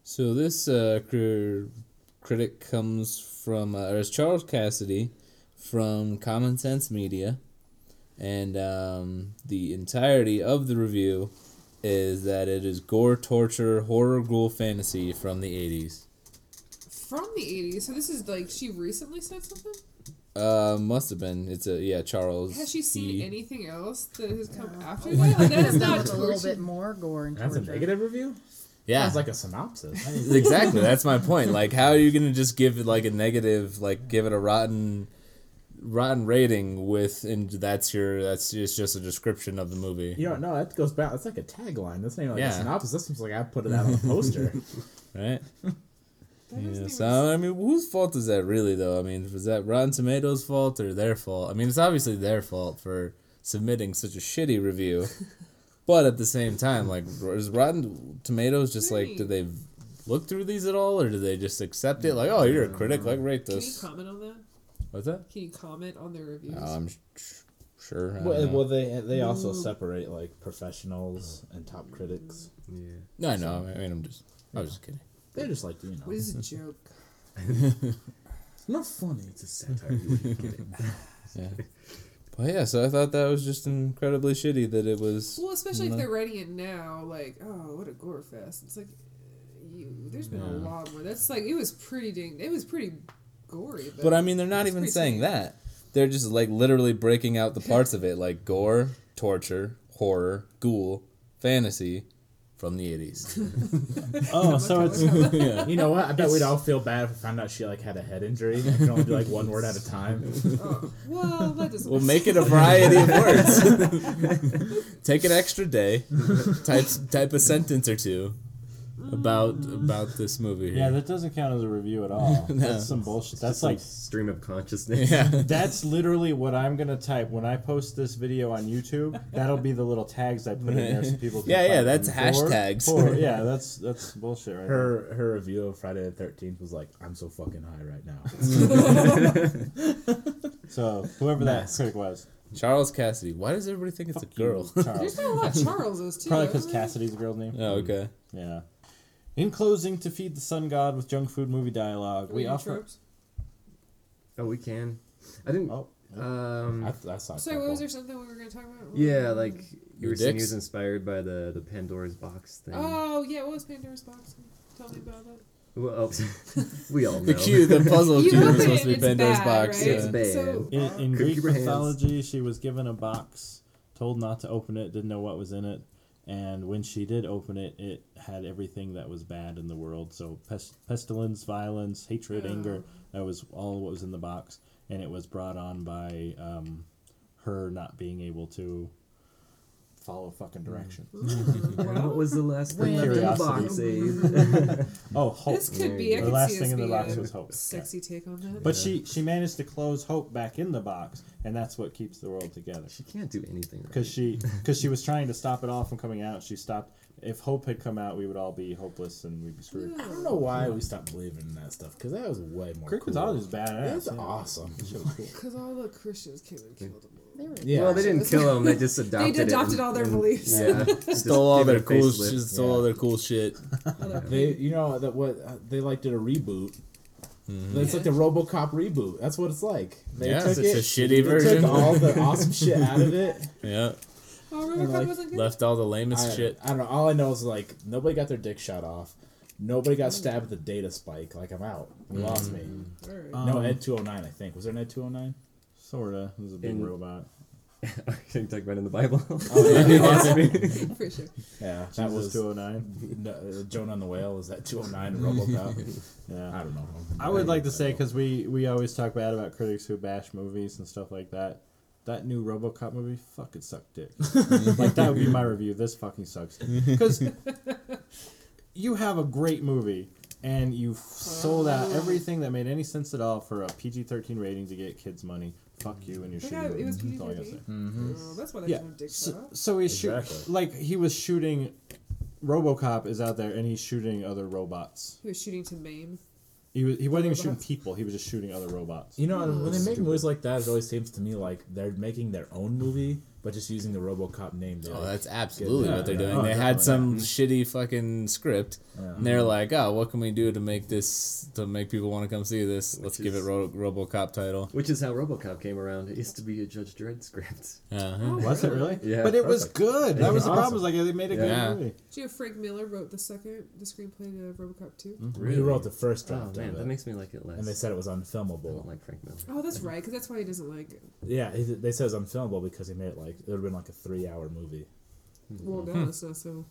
Speaker 2: So this uh, cr- critic comes from, uh, or it's Charles Cassidy from Common Sense Media, and um, the entirety of the review is that it is gore, torture, horror, ghoul, fantasy from the eighties.
Speaker 3: From the 80s. So this is like she recently said something?
Speaker 2: Uh, must have been. It's a yeah, Charles.
Speaker 3: Has she seen
Speaker 2: he-
Speaker 3: anything else that has come after that? Like, that is not
Speaker 2: [laughs]
Speaker 5: With a little bit
Speaker 3: torture.
Speaker 5: more gore and
Speaker 6: That's a
Speaker 5: torture.
Speaker 6: negative review?
Speaker 2: Yeah,
Speaker 6: Sounds like a synopsis. I didn't-
Speaker 2: [laughs] exactly. That's my point. Like, how are you gonna just give it like a negative, like give it a rotten, rotten rating with, and that's your that's it's just a description of the movie,
Speaker 6: [laughs] You don't know. That goes back. That's like a tagline. That's not even like
Speaker 2: Yeah.
Speaker 6: a synopsis. This seems like I put it out on a
Speaker 4: [laughs]
Speaker 6: poster.
Speaker 2: right?
Speaker 3: [laughs] That doesn't
Speaker 2: Yeah.
Speaker 3: even-
Speaker 2: So I mean, whose fault is that really, though? I mean, was that Rotten Tomatoes' fault or their fault? I mean, it's obviously their fault for submitting such a
Speaker 3: [laughs]
Speaker 2: shitty review, but at the same time, like, is Rotten Tomatoes just like, do they look through these at all, or do they just accept it? Like, oh, you're a critic, like, rate
Speaker 3: Can you
Speaker 2: this.
Speaker 3: comment on that?
Speaker 2: What's that?
Speaker 3: Can you comment on their reviews?
Speaker 2: Oh, I'm sh- sh- sure. I
Speaker 6: well,
Speaker 2: don't know.
Speaker 6: well, they they also separate like professionals and top critics.
Speaker 7: Yeah.
Speaker 2: no, I know. I mean, I'm just. I was just kidding.
Speaker 6: They're just like you know.
Speaker 3: what is a joke?
Speaker 6: It's not funny.
Speaker 1: It's a satire. You wouldn't get it.
Speaker 2: But yeah, so I thought that was just incredibly shitty that it was.
Speaker 3: Well, especially if
Speaker 2: No.
Speaker 3: they're writing it now, like, oh, what a gore fest. It's like, eh, you, there's been a
Speaker 2: Yeah.
Speaker 3: lot more. That's like, it was pretty dang, it was pretty gory.
Speaker 2: But I mean, they're not
Speaker 3: It's
Speaker 2: even
Speaker 3: pretty
Speaker 2: saying
Speaker 3: sweet.
Speaker 2: that. They're just like literally breaking out the parts of it, like gore, torture, horror, ghoul, fantasy, from the eighties.
Speaker 4: Oh, so it's [laughs]
Speaker 6: You know what? I bet we'd all feel bad if we found out she like had a head injury. and could only do like one word at a time.
Speaker 3: Oh, well, that doesn't
Speaker 2: [laughs] we'll make it a variety of words. [laughs] Take an extra day, type type a sentence or two about about this
Speaker 4: [laughs]
Speaker 2: movie.
Speaker 4: yeah,
Speaker 2: Here.
Speaker 4: that doesn't count as a review at
Speaker 6: [laughs]
Speaker 4: all. That's some bullshit. That's like
Speaker 7: stream of
Speaker 2: [laughs]
Speaker 7: consciousness.
Speaker 4: that's literally what I'm gonna type when I post this video on YouTube. That'll be the little tags I put in there so people. Can
Speaker 2: [laughs] Yeah, yeah,
Speaker 4: find
Speaker 2: that's
Speaker 4: them.
Speaker 2: hashtags.
Speaker 4: Or, yeah, that's that's bullshit right there.
Speaker 6: [laughs] Her her review of Friday the Thirteenth was like, "I'm so fucking high right
Speaker 4: [laughs]
Speaker 6: now."
Speaker 4: So whoever that
Speaker 6: Mask.
Speaker 4: critic was,
Speaker 2: Charles Cassidy. Why does everybody think it's a
Speaker 6: [laughs]
Speaker 2: girl?
Speaker 3: There's
Speaker 4: Charles.
Speaker 3: not a lot of Charleses, too.
Speaker 4: Probably
Speaker 3: though,
Speaker 4: because
Speaker 3: isn't there?
Speaker 4: Cassidy's a girl's name.
Speaker 2: Oh, okay.
Speaker 4: Yeah. In closing, to feed the sun god with junk food movie dialogue,
Speaker 3: Are we
Speaker 4: we
Speaker 3: in
Speaker 4: offer.
Speaker 3: tropes?
Speaker 7: [laughs] Oh, we can. I didn't.
Speaker 4: Oh,
Speaker 7: Um,
Speaker 6: I, I saw. a
Speaker 3: Sorry, what
Speaker 6: couple.
Speaker 3: was there something we were going to talk about?
Speaker 7: yeah, like you
Speaker 2: Your
Speaker 7: were saying he
Speaker 2: dicks?
Speaker 7: was inspired by the the Pandora's box thing.
Speaker 3: Oh, yeah, what was Pandora's Box? Tell me about that.
Speaker 7: Well, oh, [laughs] we all know.
Speaker 2: The cue, the puzzle
Speaker 3: [laughs] You
Speaker 2: cue
Speaker 3: open
Speaker 2: was
Speaker 3: it
Speaker 2: supposed to
Speaker 3: and
Speaker 2: be
Speaker 3: it's
Speaker 2: Pandora's
Speaker 3: bad,
Speaker 2: box.
Speaker 3: right?
Speaker 2: yeah.
Speaker 7: It's bad.
Speaker 3: So-
Speaker 4: In, in
Speaker 7: Cookie
Speaker 4: Greek
Speaker 7: brands.
Speaker 4: mythology, she was given a box, told not to open it, didn't know what was in it, and when she did open it, it had everything that was bad in the world. So pest, pestilence, violence, hatred, anger. That was all what was in the box, and it was brought on by um, her not being able to follow fucking
Speaker 3: Hmm.
Speaker 4: direction.
Speaker 7: And what was the last
Speaker 5: When-
Speaker 7: thing left in the box? Abe?
Speaker 4: Oh, hope.
Speaker 3: This could be. I
Speaker 7: The
Speaker 3: could
Speaker 4: last
Speaker 3: see
Speaker 4: thing
Speaker 3: us
Speaker 4: in the
Speaker 3: being
Speaker 4: box
Speaker 3: a
Speaker 4: was hope.
Speaker 3: Sexy take on that.
Speaker 4: But she she managed to close hope back in the box, and that's what keeps the world together.
Speaker 7: she can't do anything. Right.
Speaker 4: Because she because she was trying to stop it all from coming out. She stopped. If hope had come out, we would all be hopeless and we'd be screwed.
Speaker 6: I don't know why we stopped believing in that stuff because that was way more.
Speaker 4: Greek
Speaker 6: cool.
Speaker 4: mythology is badass.
Speaker 6: That's
Speaker 4: yeah.
Speaker 6: awesome.
Speaker 3: Because all the Christians came and killed them all.
Speaker 5: They were- [laughs]
Speaker 6: Yeah.
Speaker 7: Well, they didn't kill him. They just
Speaker 3: [laughs] They
Speaker 7: adopted.
Speaker 3: adopted
Speaker 7: it and-
Speaker 3: all their
Speaker 7: and-
Speaker 3: beliefs. [laughs]
Speaker 7: Yeah. just
Speaker 2: stole all
Speaker 7: gave
Speaker 2: their
Speaker 7: it a
Speaker 2: cool
Speaker 7: facelift.
Speaker 2: shit. Stole all their cool shit.
Speaker 3: oh,
Speaker 6: They, you know that what uh, they like did a reboot. It's like the RoboCop reboot. That's what it's like. They
Speaker 2: Yeah,
Speaker 6: took
Speaker 2: Mm-hmm. it's a
Speaker 6: it,
Speaker 2: shitty
Speaker 6: they
Speaker 2: version.
Speaker 6: Took all
Speaker 2: [laughs]
Speaker 6: the awesome shit out of it.
Speaker 2: Yeah,
Speaker 3: Oh, Robocop
Speaker 6: like,
Speaker 3: wasn't good.
Speaker 2: left all the lamest
Speaker 6: I,
Speaker 2: shit.
Speaker 6: I don't know. All I know is like nobody got their dick shot off. Nobody got stabbed with a data spike. Like I'm out.
Speaker 2: Mm.
Speaker 6: You lost me.
Speaker 3: All right.
Speaker 6: No
Speaker 4: Um,
Speaker 6: Ed 209. I think was there an Ed 209?
Speaker 4: Sorta. It was a big
Speaker 7: In-
Speaker 4: robot.
Speaker 7: [laughs] Can you talk about it in the Bible? [laughs]
Speaker 3: For sure.
Speaker 6: Yeah, that
Speaker 4: That
Speaker 6: was
Speaker 4: was 209.
Speaker 6: no, uh, Joan on the Whale. Is that
Speaker 2: [laughs]
Speaker 6: 209 RoboCop? I
Speaker 4: Yeah.
Speaker 6: don't know.
Speaker 4: I would like to say because we we always talk bad about critics who bash movies and stuff like that. That new RoboCop movie fucking sucked dick. like that would be my review. This fucking sucks because you have a great movie and you f- sold out
Speaker 3: Oh.
Speaker 4: everything that made any sense at all for a PG thirteen rating to get kids money. Fuck you and your shitty
Speaker 3: That guy,
Speaker 4: movie.
Speaker 3: it was
Speaker 4: That's all I gotta
Speaker 3: PG-13.
Speaker 4: say.
Speaker 3: Oh, that's why they
Speaker 4: Yeah.
Speaker 3: yeah. dick shot
Speaker 4: So,
Speaker 3: off.
Speaker 4: so he's shoot
Speaker 6: Exactly.
Speaker 4: like he was shooting. RoboCop is out there and he's shooting other robots.
Speaker 3: He was shooting to maim.
Speaker 4: He was he wasn't even shooting
Speaker 3: robots?
Speaker 4: people. He was just shooting other robots.
Speaker 6: You know, when they make movies like that, it always seems to me like they're making their own movie, but just using the RoboCop name. They're
Speaker 2: Oh,
Speaker 6: like,
Speaker 2: that's absolutely
Speaker 6: Yeah,
Speaker 2: what they're
Speaker 6: yeah.
Speaker 2: doing.
Speaker 6: Oh,
Speaker 2: they had
Speaker 6: definitely.
Speaker 2: some shitty fucking script,
Speaker 6: Yeah.
Speaker 2: and they're like, "Oh, what can we do to make this to make people want to come see this? Let's give it
Speaker 7: is-
Speaker 2: Ro- RoboCop title."
Speaker 7: Which is how RoboCop came around. It used to be a Judge Dredd script.
Speaker 2: Uh-huh.
Speaker 4: Was it really?
Speaker 7: [laughs] Yeah,
Speaker 4: But it was good. That was the problem. Was like they made a
Speaker 2: Yeah.
Speaker 4: good movie.
Speaker 3: Do you know Frank Miller wrote the second, the screenplay to RoboCop 2?
Speaker 4: Mm-hmm.
Speaker 6: We wrote the first
Speaker 7: Oh
Speaker 6: draft
Speaker 7: man,
Speaker 6: of it,
Speaker 7: that makes me like it less.
Speaker 6: and they said it was
Speaker 7: I don't
Speaker 6: unfilmable.
Speaker 7: like Frank Miller.
Speaker 3: Oh, that's right, because that's why he doesn't like it.
Speaker 6: Yeah, he- they said it was unfilmable because he made it like it would have been like a three-hour movie,
Speaker 7: Hmm.
Speaker 3: Well,
Speaker 4: Mm-hmm.
Speaker 3: no, so, so.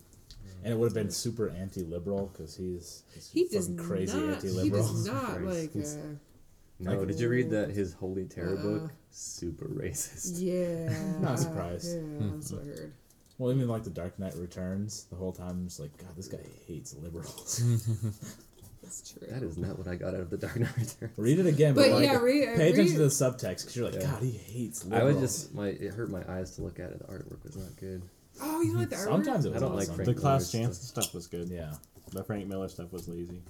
Speaker 6: and it would have been super anti-liberal because he's, he's
Speaker 3: He does
Speaker 6: fucking crazy
Speaker 3: not, he
Speaker 6: anti-liberal.
Speaker 4: [laughs]
Speaker 3: does not like, uh,
Speaker 7: No, did you read that his Holy Terror
Speaker 3: Uh-uh.
Speaker 7: book? Super racist.
Speaker 3: yeah.
Speaker 6: [laughs] Not Hmm. surprised.
Speaker 3: Yeah, that's what I heard.
Speaker 6: [laughs] Well, even like the Dark Knight Returns, the whole time it's like, God, this guy hates liberals.
Speaker 3: That's true.
Speaker 7: [laughs] That is not what I got out of the Dark Knight Returns.
Speaker 6: [laughs] read it again, but,
Speaker 3: But
Speaker 6: like,
Speaker 3: yeah, read-
Speaker 7: uh,
Speaker 6: pay attention to
Speaker 3: read-
Speaker 6: the subtext because you're like,
Speaker 7: Yeah.
Speaker 6: God, he hates
Speaker 7: I
Speaker 6: liberals.
Speaker 7: was just my it hurt my eyes to look at it. The artwork was not good.
Speaker 3: Oh, you don't like the artwork?
Speaker 6: Sometimes it was
Speaker 7: I don't like
Speaker 6: awesome.
Speaker 7: Frank
Speaker 4: The Klaus
Speaker 7: Miller's
Speaker 4: Jansen stuff was good.
Speaker 6: Yeah.
Speaker 4: The Frank Miller stuff was lazy.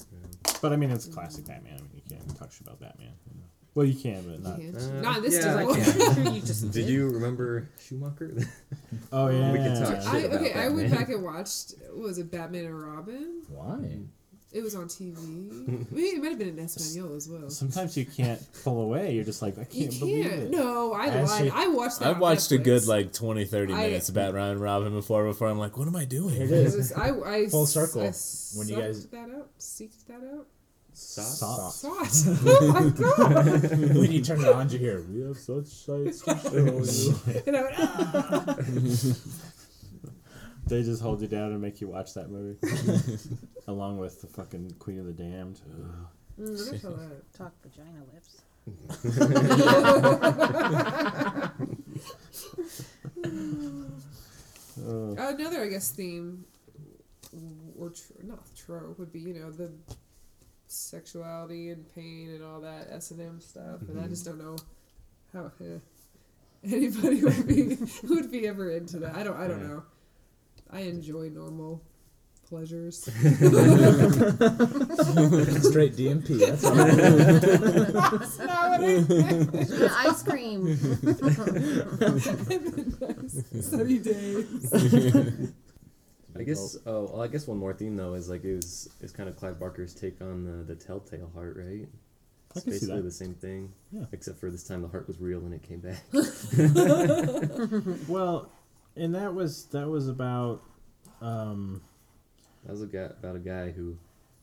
Speaker 4: But I mean, it's classic Batman. I mean, you can't touch about Batman. You know? Well, you can, but not.
Speaker 3: Yeah.
Speaker 7: Uh,
Speaker 3: not in this
Speaker 7: yeah,
Speaker 3: table. [laughs]
Speaker 7: I
Speaker 5: you just
Speaker 7: Did you remember Schumacher?
Speaker 4: [laughs]
Speaker 7: [laughs]
Speaker 4: Oh yeah,
Speaker 7: We can talk
Speaker 3: I,
Speaker 7: shit about
Speaker 3: okay, I went
Speaker 7: Batman.
Speaker 3: back and watched, was it Batman and Robin?
Speaker 6: Why?
Speaker 3: It was on TV.
Speaker 6: [laughs]
Speaker 3: Maybe it might have been in Espanol as well.
Speaker 4: Sometimes you can't pull away. You're just like, I
Speaker 3: You
Speaker 4: can't believe
Speaker 3: can't.
Speaker 4: it.
Speaker 3: No, I
Speaker 6: As
Speaker 3: lied.
Speaker 6: you-
Speaker 3: I watched that.
Speaker 2: I
Speaker 3: on
Speaker 2: watched a good
Speaker 3: Netflix.
Speaker 2: like 20, 30
Speaker 3: I-
Speaker 2: minutes about Ryan Robin before before I'm like, what am I doing?
Speaker 3: It [laughs] was, I, I
Speaker 6: Full
Speaker 3: s-
Speaker 6: circle.
Speaker 3: I
Speaker 6: When you
Speaker 3: sucked
Speaker 6: guys-
Speaker 3: that out, seeked that [laughs] out,
Speaker 7: Stop.
Speaker 3: saw it.
Speaker 6: [laughs]
Speaker 3: oh my god!
Speaker 6: [laughs] when you turn it on, you hear, "We have such sights to show you." [laughs]
Speaker 3: And I went, ah.
Speaker 4: They just hold you down and make you watch that
Speaker 7: [laughs]
Speaker 4: movie, [laughs] along with the fucking Queen of the Damned. Ugh.
Speaker 3: Mm, I felt that.
Speaker 5: talk vagina lips.
Speaker 3: Another, I guess, theme or tr- not trope would be you know the sexuality and pain and all that S and M stuff, and I just don't know how [laughs] eh, anybody would be [laughs] would be ever into that. I don't. I don't know. I enjoy normal pleasures. [laughs]
Speaker 6: Straight DMP. That's all.
Speaker 3: That's not what I
Speaker 5: [laughs] Yeah,
Speaker 6: [laughs]
Speaker 5: ice cream.
Speaker 3: study days.
Speaker 7: I guess. Oh, well, I guess one more theme though is like it was. It's kind of Clive Barker's take on the the Telltale Heart, right?
Speaker 4: I
Speaker 7: It's
Speaker 4: can see
Speaker 7: basically
Speaker 4: that.
Speaker 7: the same thing,
Speaker 4: Yeah.
Speaker 7: except for this time the heart was real and it came back.
Speaker 4: [laughs] Well, and that was that was about. Um,
Speaker 7: That was a guy, about a guy who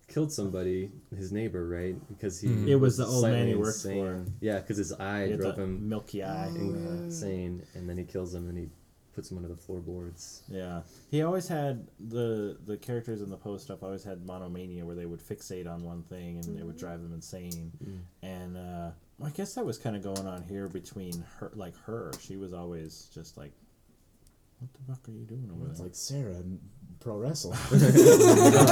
Speaker 7: killed somebody, his neighbor, right? Because he
Speaker 4: It was the old man
Speaker 7: slightly
Speaker 4: he worked for.
Speaker 7: insane. Yeah, because his eye
Speaker 4: he had
Speaker 7: drove
Speaker 4: Mm-hmm. that Mm.
Speaker 7: him
Speaker 4: milky eye.
Speaker 7: insane, and then he kills him and he puts him under the
Speaker 4: [laughs]
Speaker 7: floorboards.
Speaker 4: Yeah, he always had the the characters in the post stuff always had monomania where they would fixate on one thing and it would drive them insane. And uh, I guess that was kind of going on here between her, like her. She was always just like, "What the fuck are you doing over
Speaker 6: It's
Speaker 4: there?"
Speaker 6: like Sarah in pro wrestling.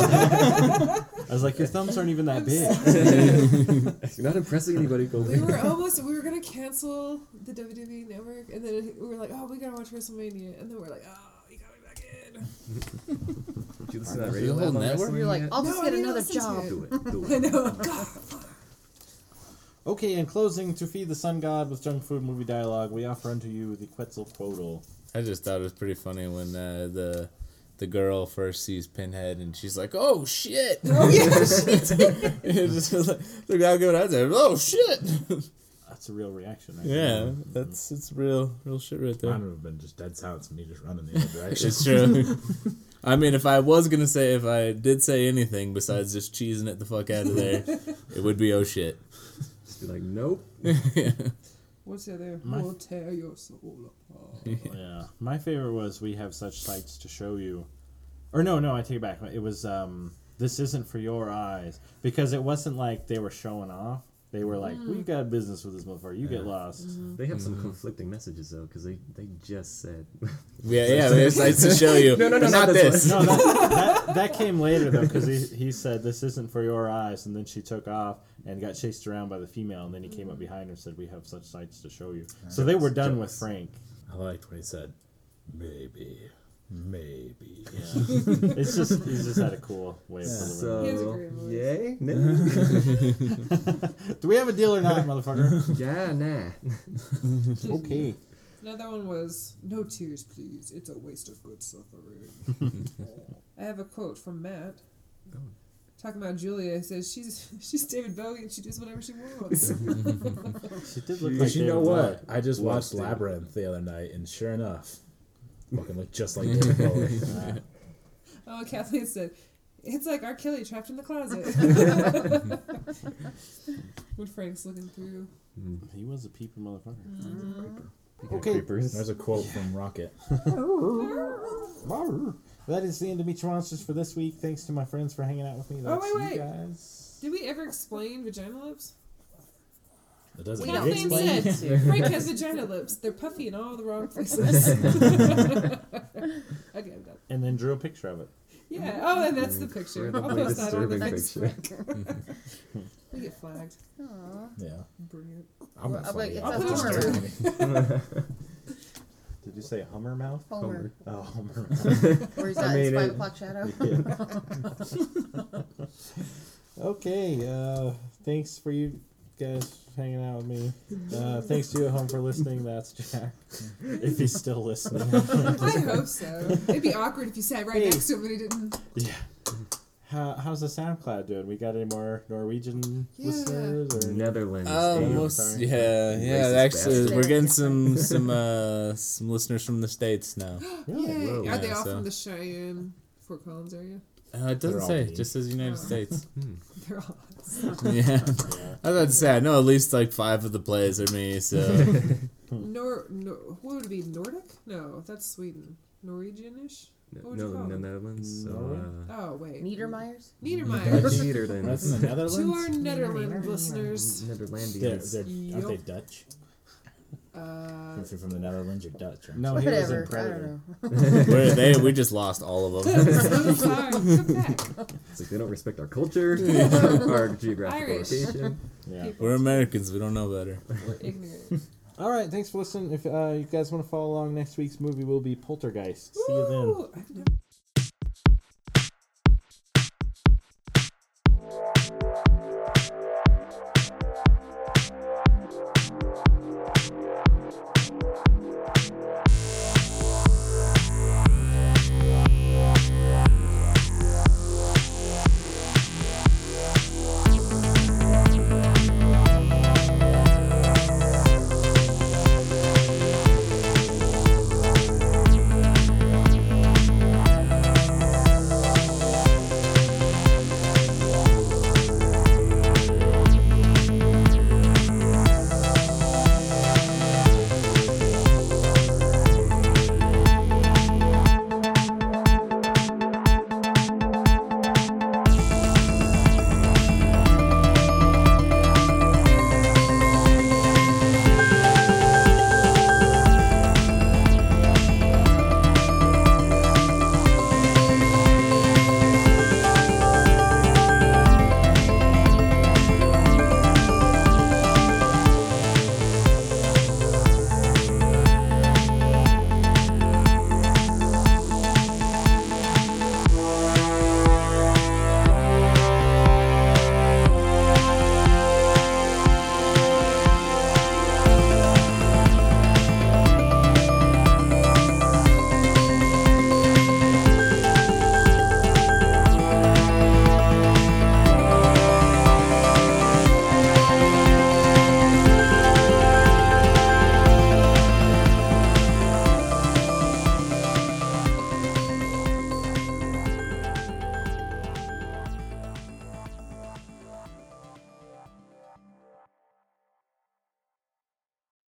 Speaker 4: I was like, "Your thumbs aren't even that big."
Speaker 7: You're not impressing anybody,
Speaker 4: [laughs]
Speaker 3: We
Speaker 7: Goldberg.
Speaker 5: [laughs]
Speaker 3: were almost we were gonna cancel the WWE network, and then we were like, oh, we gotta watch WrestleMania, and then we're like, oh, you got me back in.
Speaker 7: Did you listen to that
Speaker 2: The
Speaker 7: radio?
Speaker 2: whole
Speaker 7: lab on
Speaker 2: network?
Speaker 7: wrestling
Speaker 5: You're like,
Speaker 7: yet?
Speaker 5: I'll just
Speaker 3: No, I
Speaker 5: get
Speaker 3: didn't
Speaker 5: another
Speaker 3: listen to
Speaker 5: job.
Speaker 3: it.
Speaker 7: do it, do
Speaker 3: [laughs] I
Speaker 7: it.
Speaker 3: know. God.
Speaker 4: Okay, in closing, to feed the sun god with junk food movie dialogue, we offer unto you the Quetzalcoatl.
Speaker 2: I just thought it was pretty funny when uh, the the girl first sees Pinhead and she's like, "Oh shit!" Oh [laughs] just was like, the guy going out there, "Oh shit!"
Speaker 4: That's a real reaction. Right
Speaker 2: yeah, that's it's real, real shit right there.
Speaker 6: Mine would have been just dead silence and me just running
Speaker 2: [laughs]
Speaker 6: the other direction.
Speaker 2: It's [laughs] true. I mean, if I was gonna say, if I did say anything besides just cheesing it the fuck out of [laughs] there, it would be oh shit.
Speaker 7: Just be like, nope.
Speaker 3: What's the other?
Speaker 4: My-
Speaker 3: We'll tear your soul apart.
Speaker 4: Yeah. My favorite was We Have Such Sights to Show You. Or no, no, I take it back. It was um, This Isn't for Your Eyes. Because it wasn't like they were showing off. They were like, we got business with this motherfucker. You get lost.
Speaker 6: Mm-hmm.
Speaker 7: They have some conflicting messages though, because they, they just said
Speaker 2: Yeah, yeah, there's lights to show you. [laughs] No, no, no, not, this.
Speaker 6: [laughs]
Speaker 4: No, that, that, that came later, though, because he, he said, This isn't for your eyes. And then she took off and got chased around by the female. And then he came
Speaker 6: Mm-hmm.
Speaker 4: up behind her and said, We have such sights to show you. So they were done with Frank.
Speaker 6: I liked when he said, "Maybe."
Speaker 4: [laughs]
Speaker 6: Maybe.
Speaker 4: It's just he's just had a cool way of delivering.
Speaker 3: He has a
Speaker 7: So,
Speaker 3: great voice.
Speaker 7: yay? Nah.
Speaker 4: it. Do we have a deal or not,
Speaker 6: [laughs]
Speaker 4: motherfucker?
Speaker 7: yeah, nah.
Speaker 4: okay.
Speaker 3: Another one was No tears, please. It's a waste of good suffering. I have a quote from Matt. Talking about Julia, he says she's [laughs] she's David Bowie and she does whatever she wants.
Speaker 4: She did look like
Speaker 6: But you know
Speaker 4: David
Speaker 6: what?
Speaker 4: Bowie.
Speaker 6: I just
Speaker 7: Well,
Speaker 6: watched
Speaker 7: Steve.
Speaker 6: Labyrinth the other night, and sure enough,
Speaker 4: [laughs]
Speaker 6: fucking looked just like David Bowie.
Speaker 3: oh, [laughs] Kathleen said, "It's like R. Kelly trapped in the closet." when Frank's looking through,
Speaker 4: He was a peeping motherfucker.
Speaker 3: Mm-hmm.
Speaker 7: Creepers.
Speaker 6: There's a quote from Rocket.
Speaker 4: That is the end of Meet Your Monsters for this week. Thanks to my friends for hanging out with me. That's
Speaker 3: Oh, wait, wait.
Speaker 4: you guys.
Speaker 3: did we ever explain vagina lips?
Speaker 6: It doesn't
Speaker 3: We
Speaker 6: matter.
Speaker 3: don't think-
Speaker 5: Explain it to.
Speaker 3: Frank has vagina lips. They're puffy in all the wrong places. okay, I'm done.
Speaker 4: And then drew a picture of it.
Speaker 3: Yeah. Oh, and that's the picture. [laughs] I'll
Speaker 7: Incredibly
Speaker 3: post that on the
Speaker 7: disturbing
Speaker 3: next
Speaker 7: picture.
Speaker 3: We get flagged.
Speaker 5: Aw.
Speaker 6: Yeah.
Speaker 3: Brilliant.
Speaker 6: I'm
Speaker 5: Well,
Speaker 6: not
Speaker 5: I'm like,
Speaker 6: funny.
Speaker 5: it's
Speaker 6: I'm
Speaker 5: a
Speaker 6: just
Speaker 5: Homer.
Speaker 6: joking.
Speaker 4: Did you say Hummer [laughs] mouth?
Speaker 5: Homer.
Speaker 4: Oh, Hummer.
Speaker 5: Where he's
Speaker 7: I
Speaker 5: at,
Speaker 7: mean,
Speaker 5: it's 5
Speaker 7: it-
Speaker 5: o'clock shadow.
Speaker 4: [laughs] Okay. Uh, thanks for you guys hanging out with me. Uh, thanks to you at home for listening. That's Jack. If he's still listening.
Speaker 3: I hope so. It'd be awkward if you sat right
Speaker 4: Hey.
Speaker 3: next to him and he didn't.
Speaker 4: [laughs] Yeah. How, how's the SoundCloud doing? We got any more Norwegian
Speaker 3: Yeah.
Speaker 4: listeners? Or
Speaker 7: Netherlands.
Speaker 2: Uh,
Speaker 7: damn.
Speaker 2: most,
Speaker 4: sorry.
Speaker 2: yeah, yeah.
Speaker 7: Racist
Speaker 2: Actually,
Speaker 7: bastard.
Speaker 2: we're getting some some uh, some listeners from the states now.
Speaker 4: Really?
Speaker 3: Yay.
Speaker 2: Whoa.
Speaker 3: Are they
Speaker 2: Yeah,
Speaker 3: all
Speaker 2: so-
Speaker 3: from the Cheyenne, Fort Collins area?
Speaker 2: [gasps]
Speaker 3: [laughs]
Speaker 2: Uh, it
Speaker 6: They're
Speaker 2: doesn't
Speaker 6: all
Speaker 2: say.
Speaker 6: mean.
Speaker 2: It just says United States.
Speaker 3: They're all.
Speaker 2: [laughs] yeah, I was about to say. I know at least like five of the plays are me. [laughs] So
Speaker 3: Nor, nor, what would it be? Nordic? No, that's Sweden. Norwegian-ish.
Speaker 7: No,
Speaker 3: What would you
Speaker 7: no,
Speaker 3: call
Speaker 7: the
Speaker 3: them?
Speaker 7: Netherlands. So, uh,
Speaker 3: Oh wait.
Speaker 5: Niedermeyer's?
Speaker 3: Niedermeyer.
Speaker 6: That's
Speaker 5: [laughs]
Speaker 7: Netherlands.
Speaker 6: in the Netherlands?
Speaker 3: to our Netherlands listeners.
Speaker 6: They're,
Speaker 7: Netherlandians.
Speaker 6: they're, aren't they
Speaker 3: Yup.
Speaker 6: Dutch?
Speaker 3: Uh,
Speaker 6: If you're from the Netherlands, you're Dutch. Aren't
Speaker 4: No, he was
Speaker 5: Whatever.
Speaker 4: in
Speaker 5: I don't
Speaker 4: Predator.
Speaker 5: know.
Speaker 2: we're, they we just lost all of [laughs] them.
Speaker 3: so [laughs] sorry. Come back.
Speaker 7: It's like they don't respect our
Speaker 3: [laughs]
Speaker 7: culture, [laughs] our geographical
Speaker 3: Irish.
Speaker 7: location.
Speaker 4: Yeah.
Speaker 2: We're Americans. We don't know better.
Speaker 3: Ignorant.
Speaker 4: All right. Thanks for listening. If uh, you guys want to follow along, next week's movie will be Poltergeist. See you then.
Speaker 3: Ooh, I've never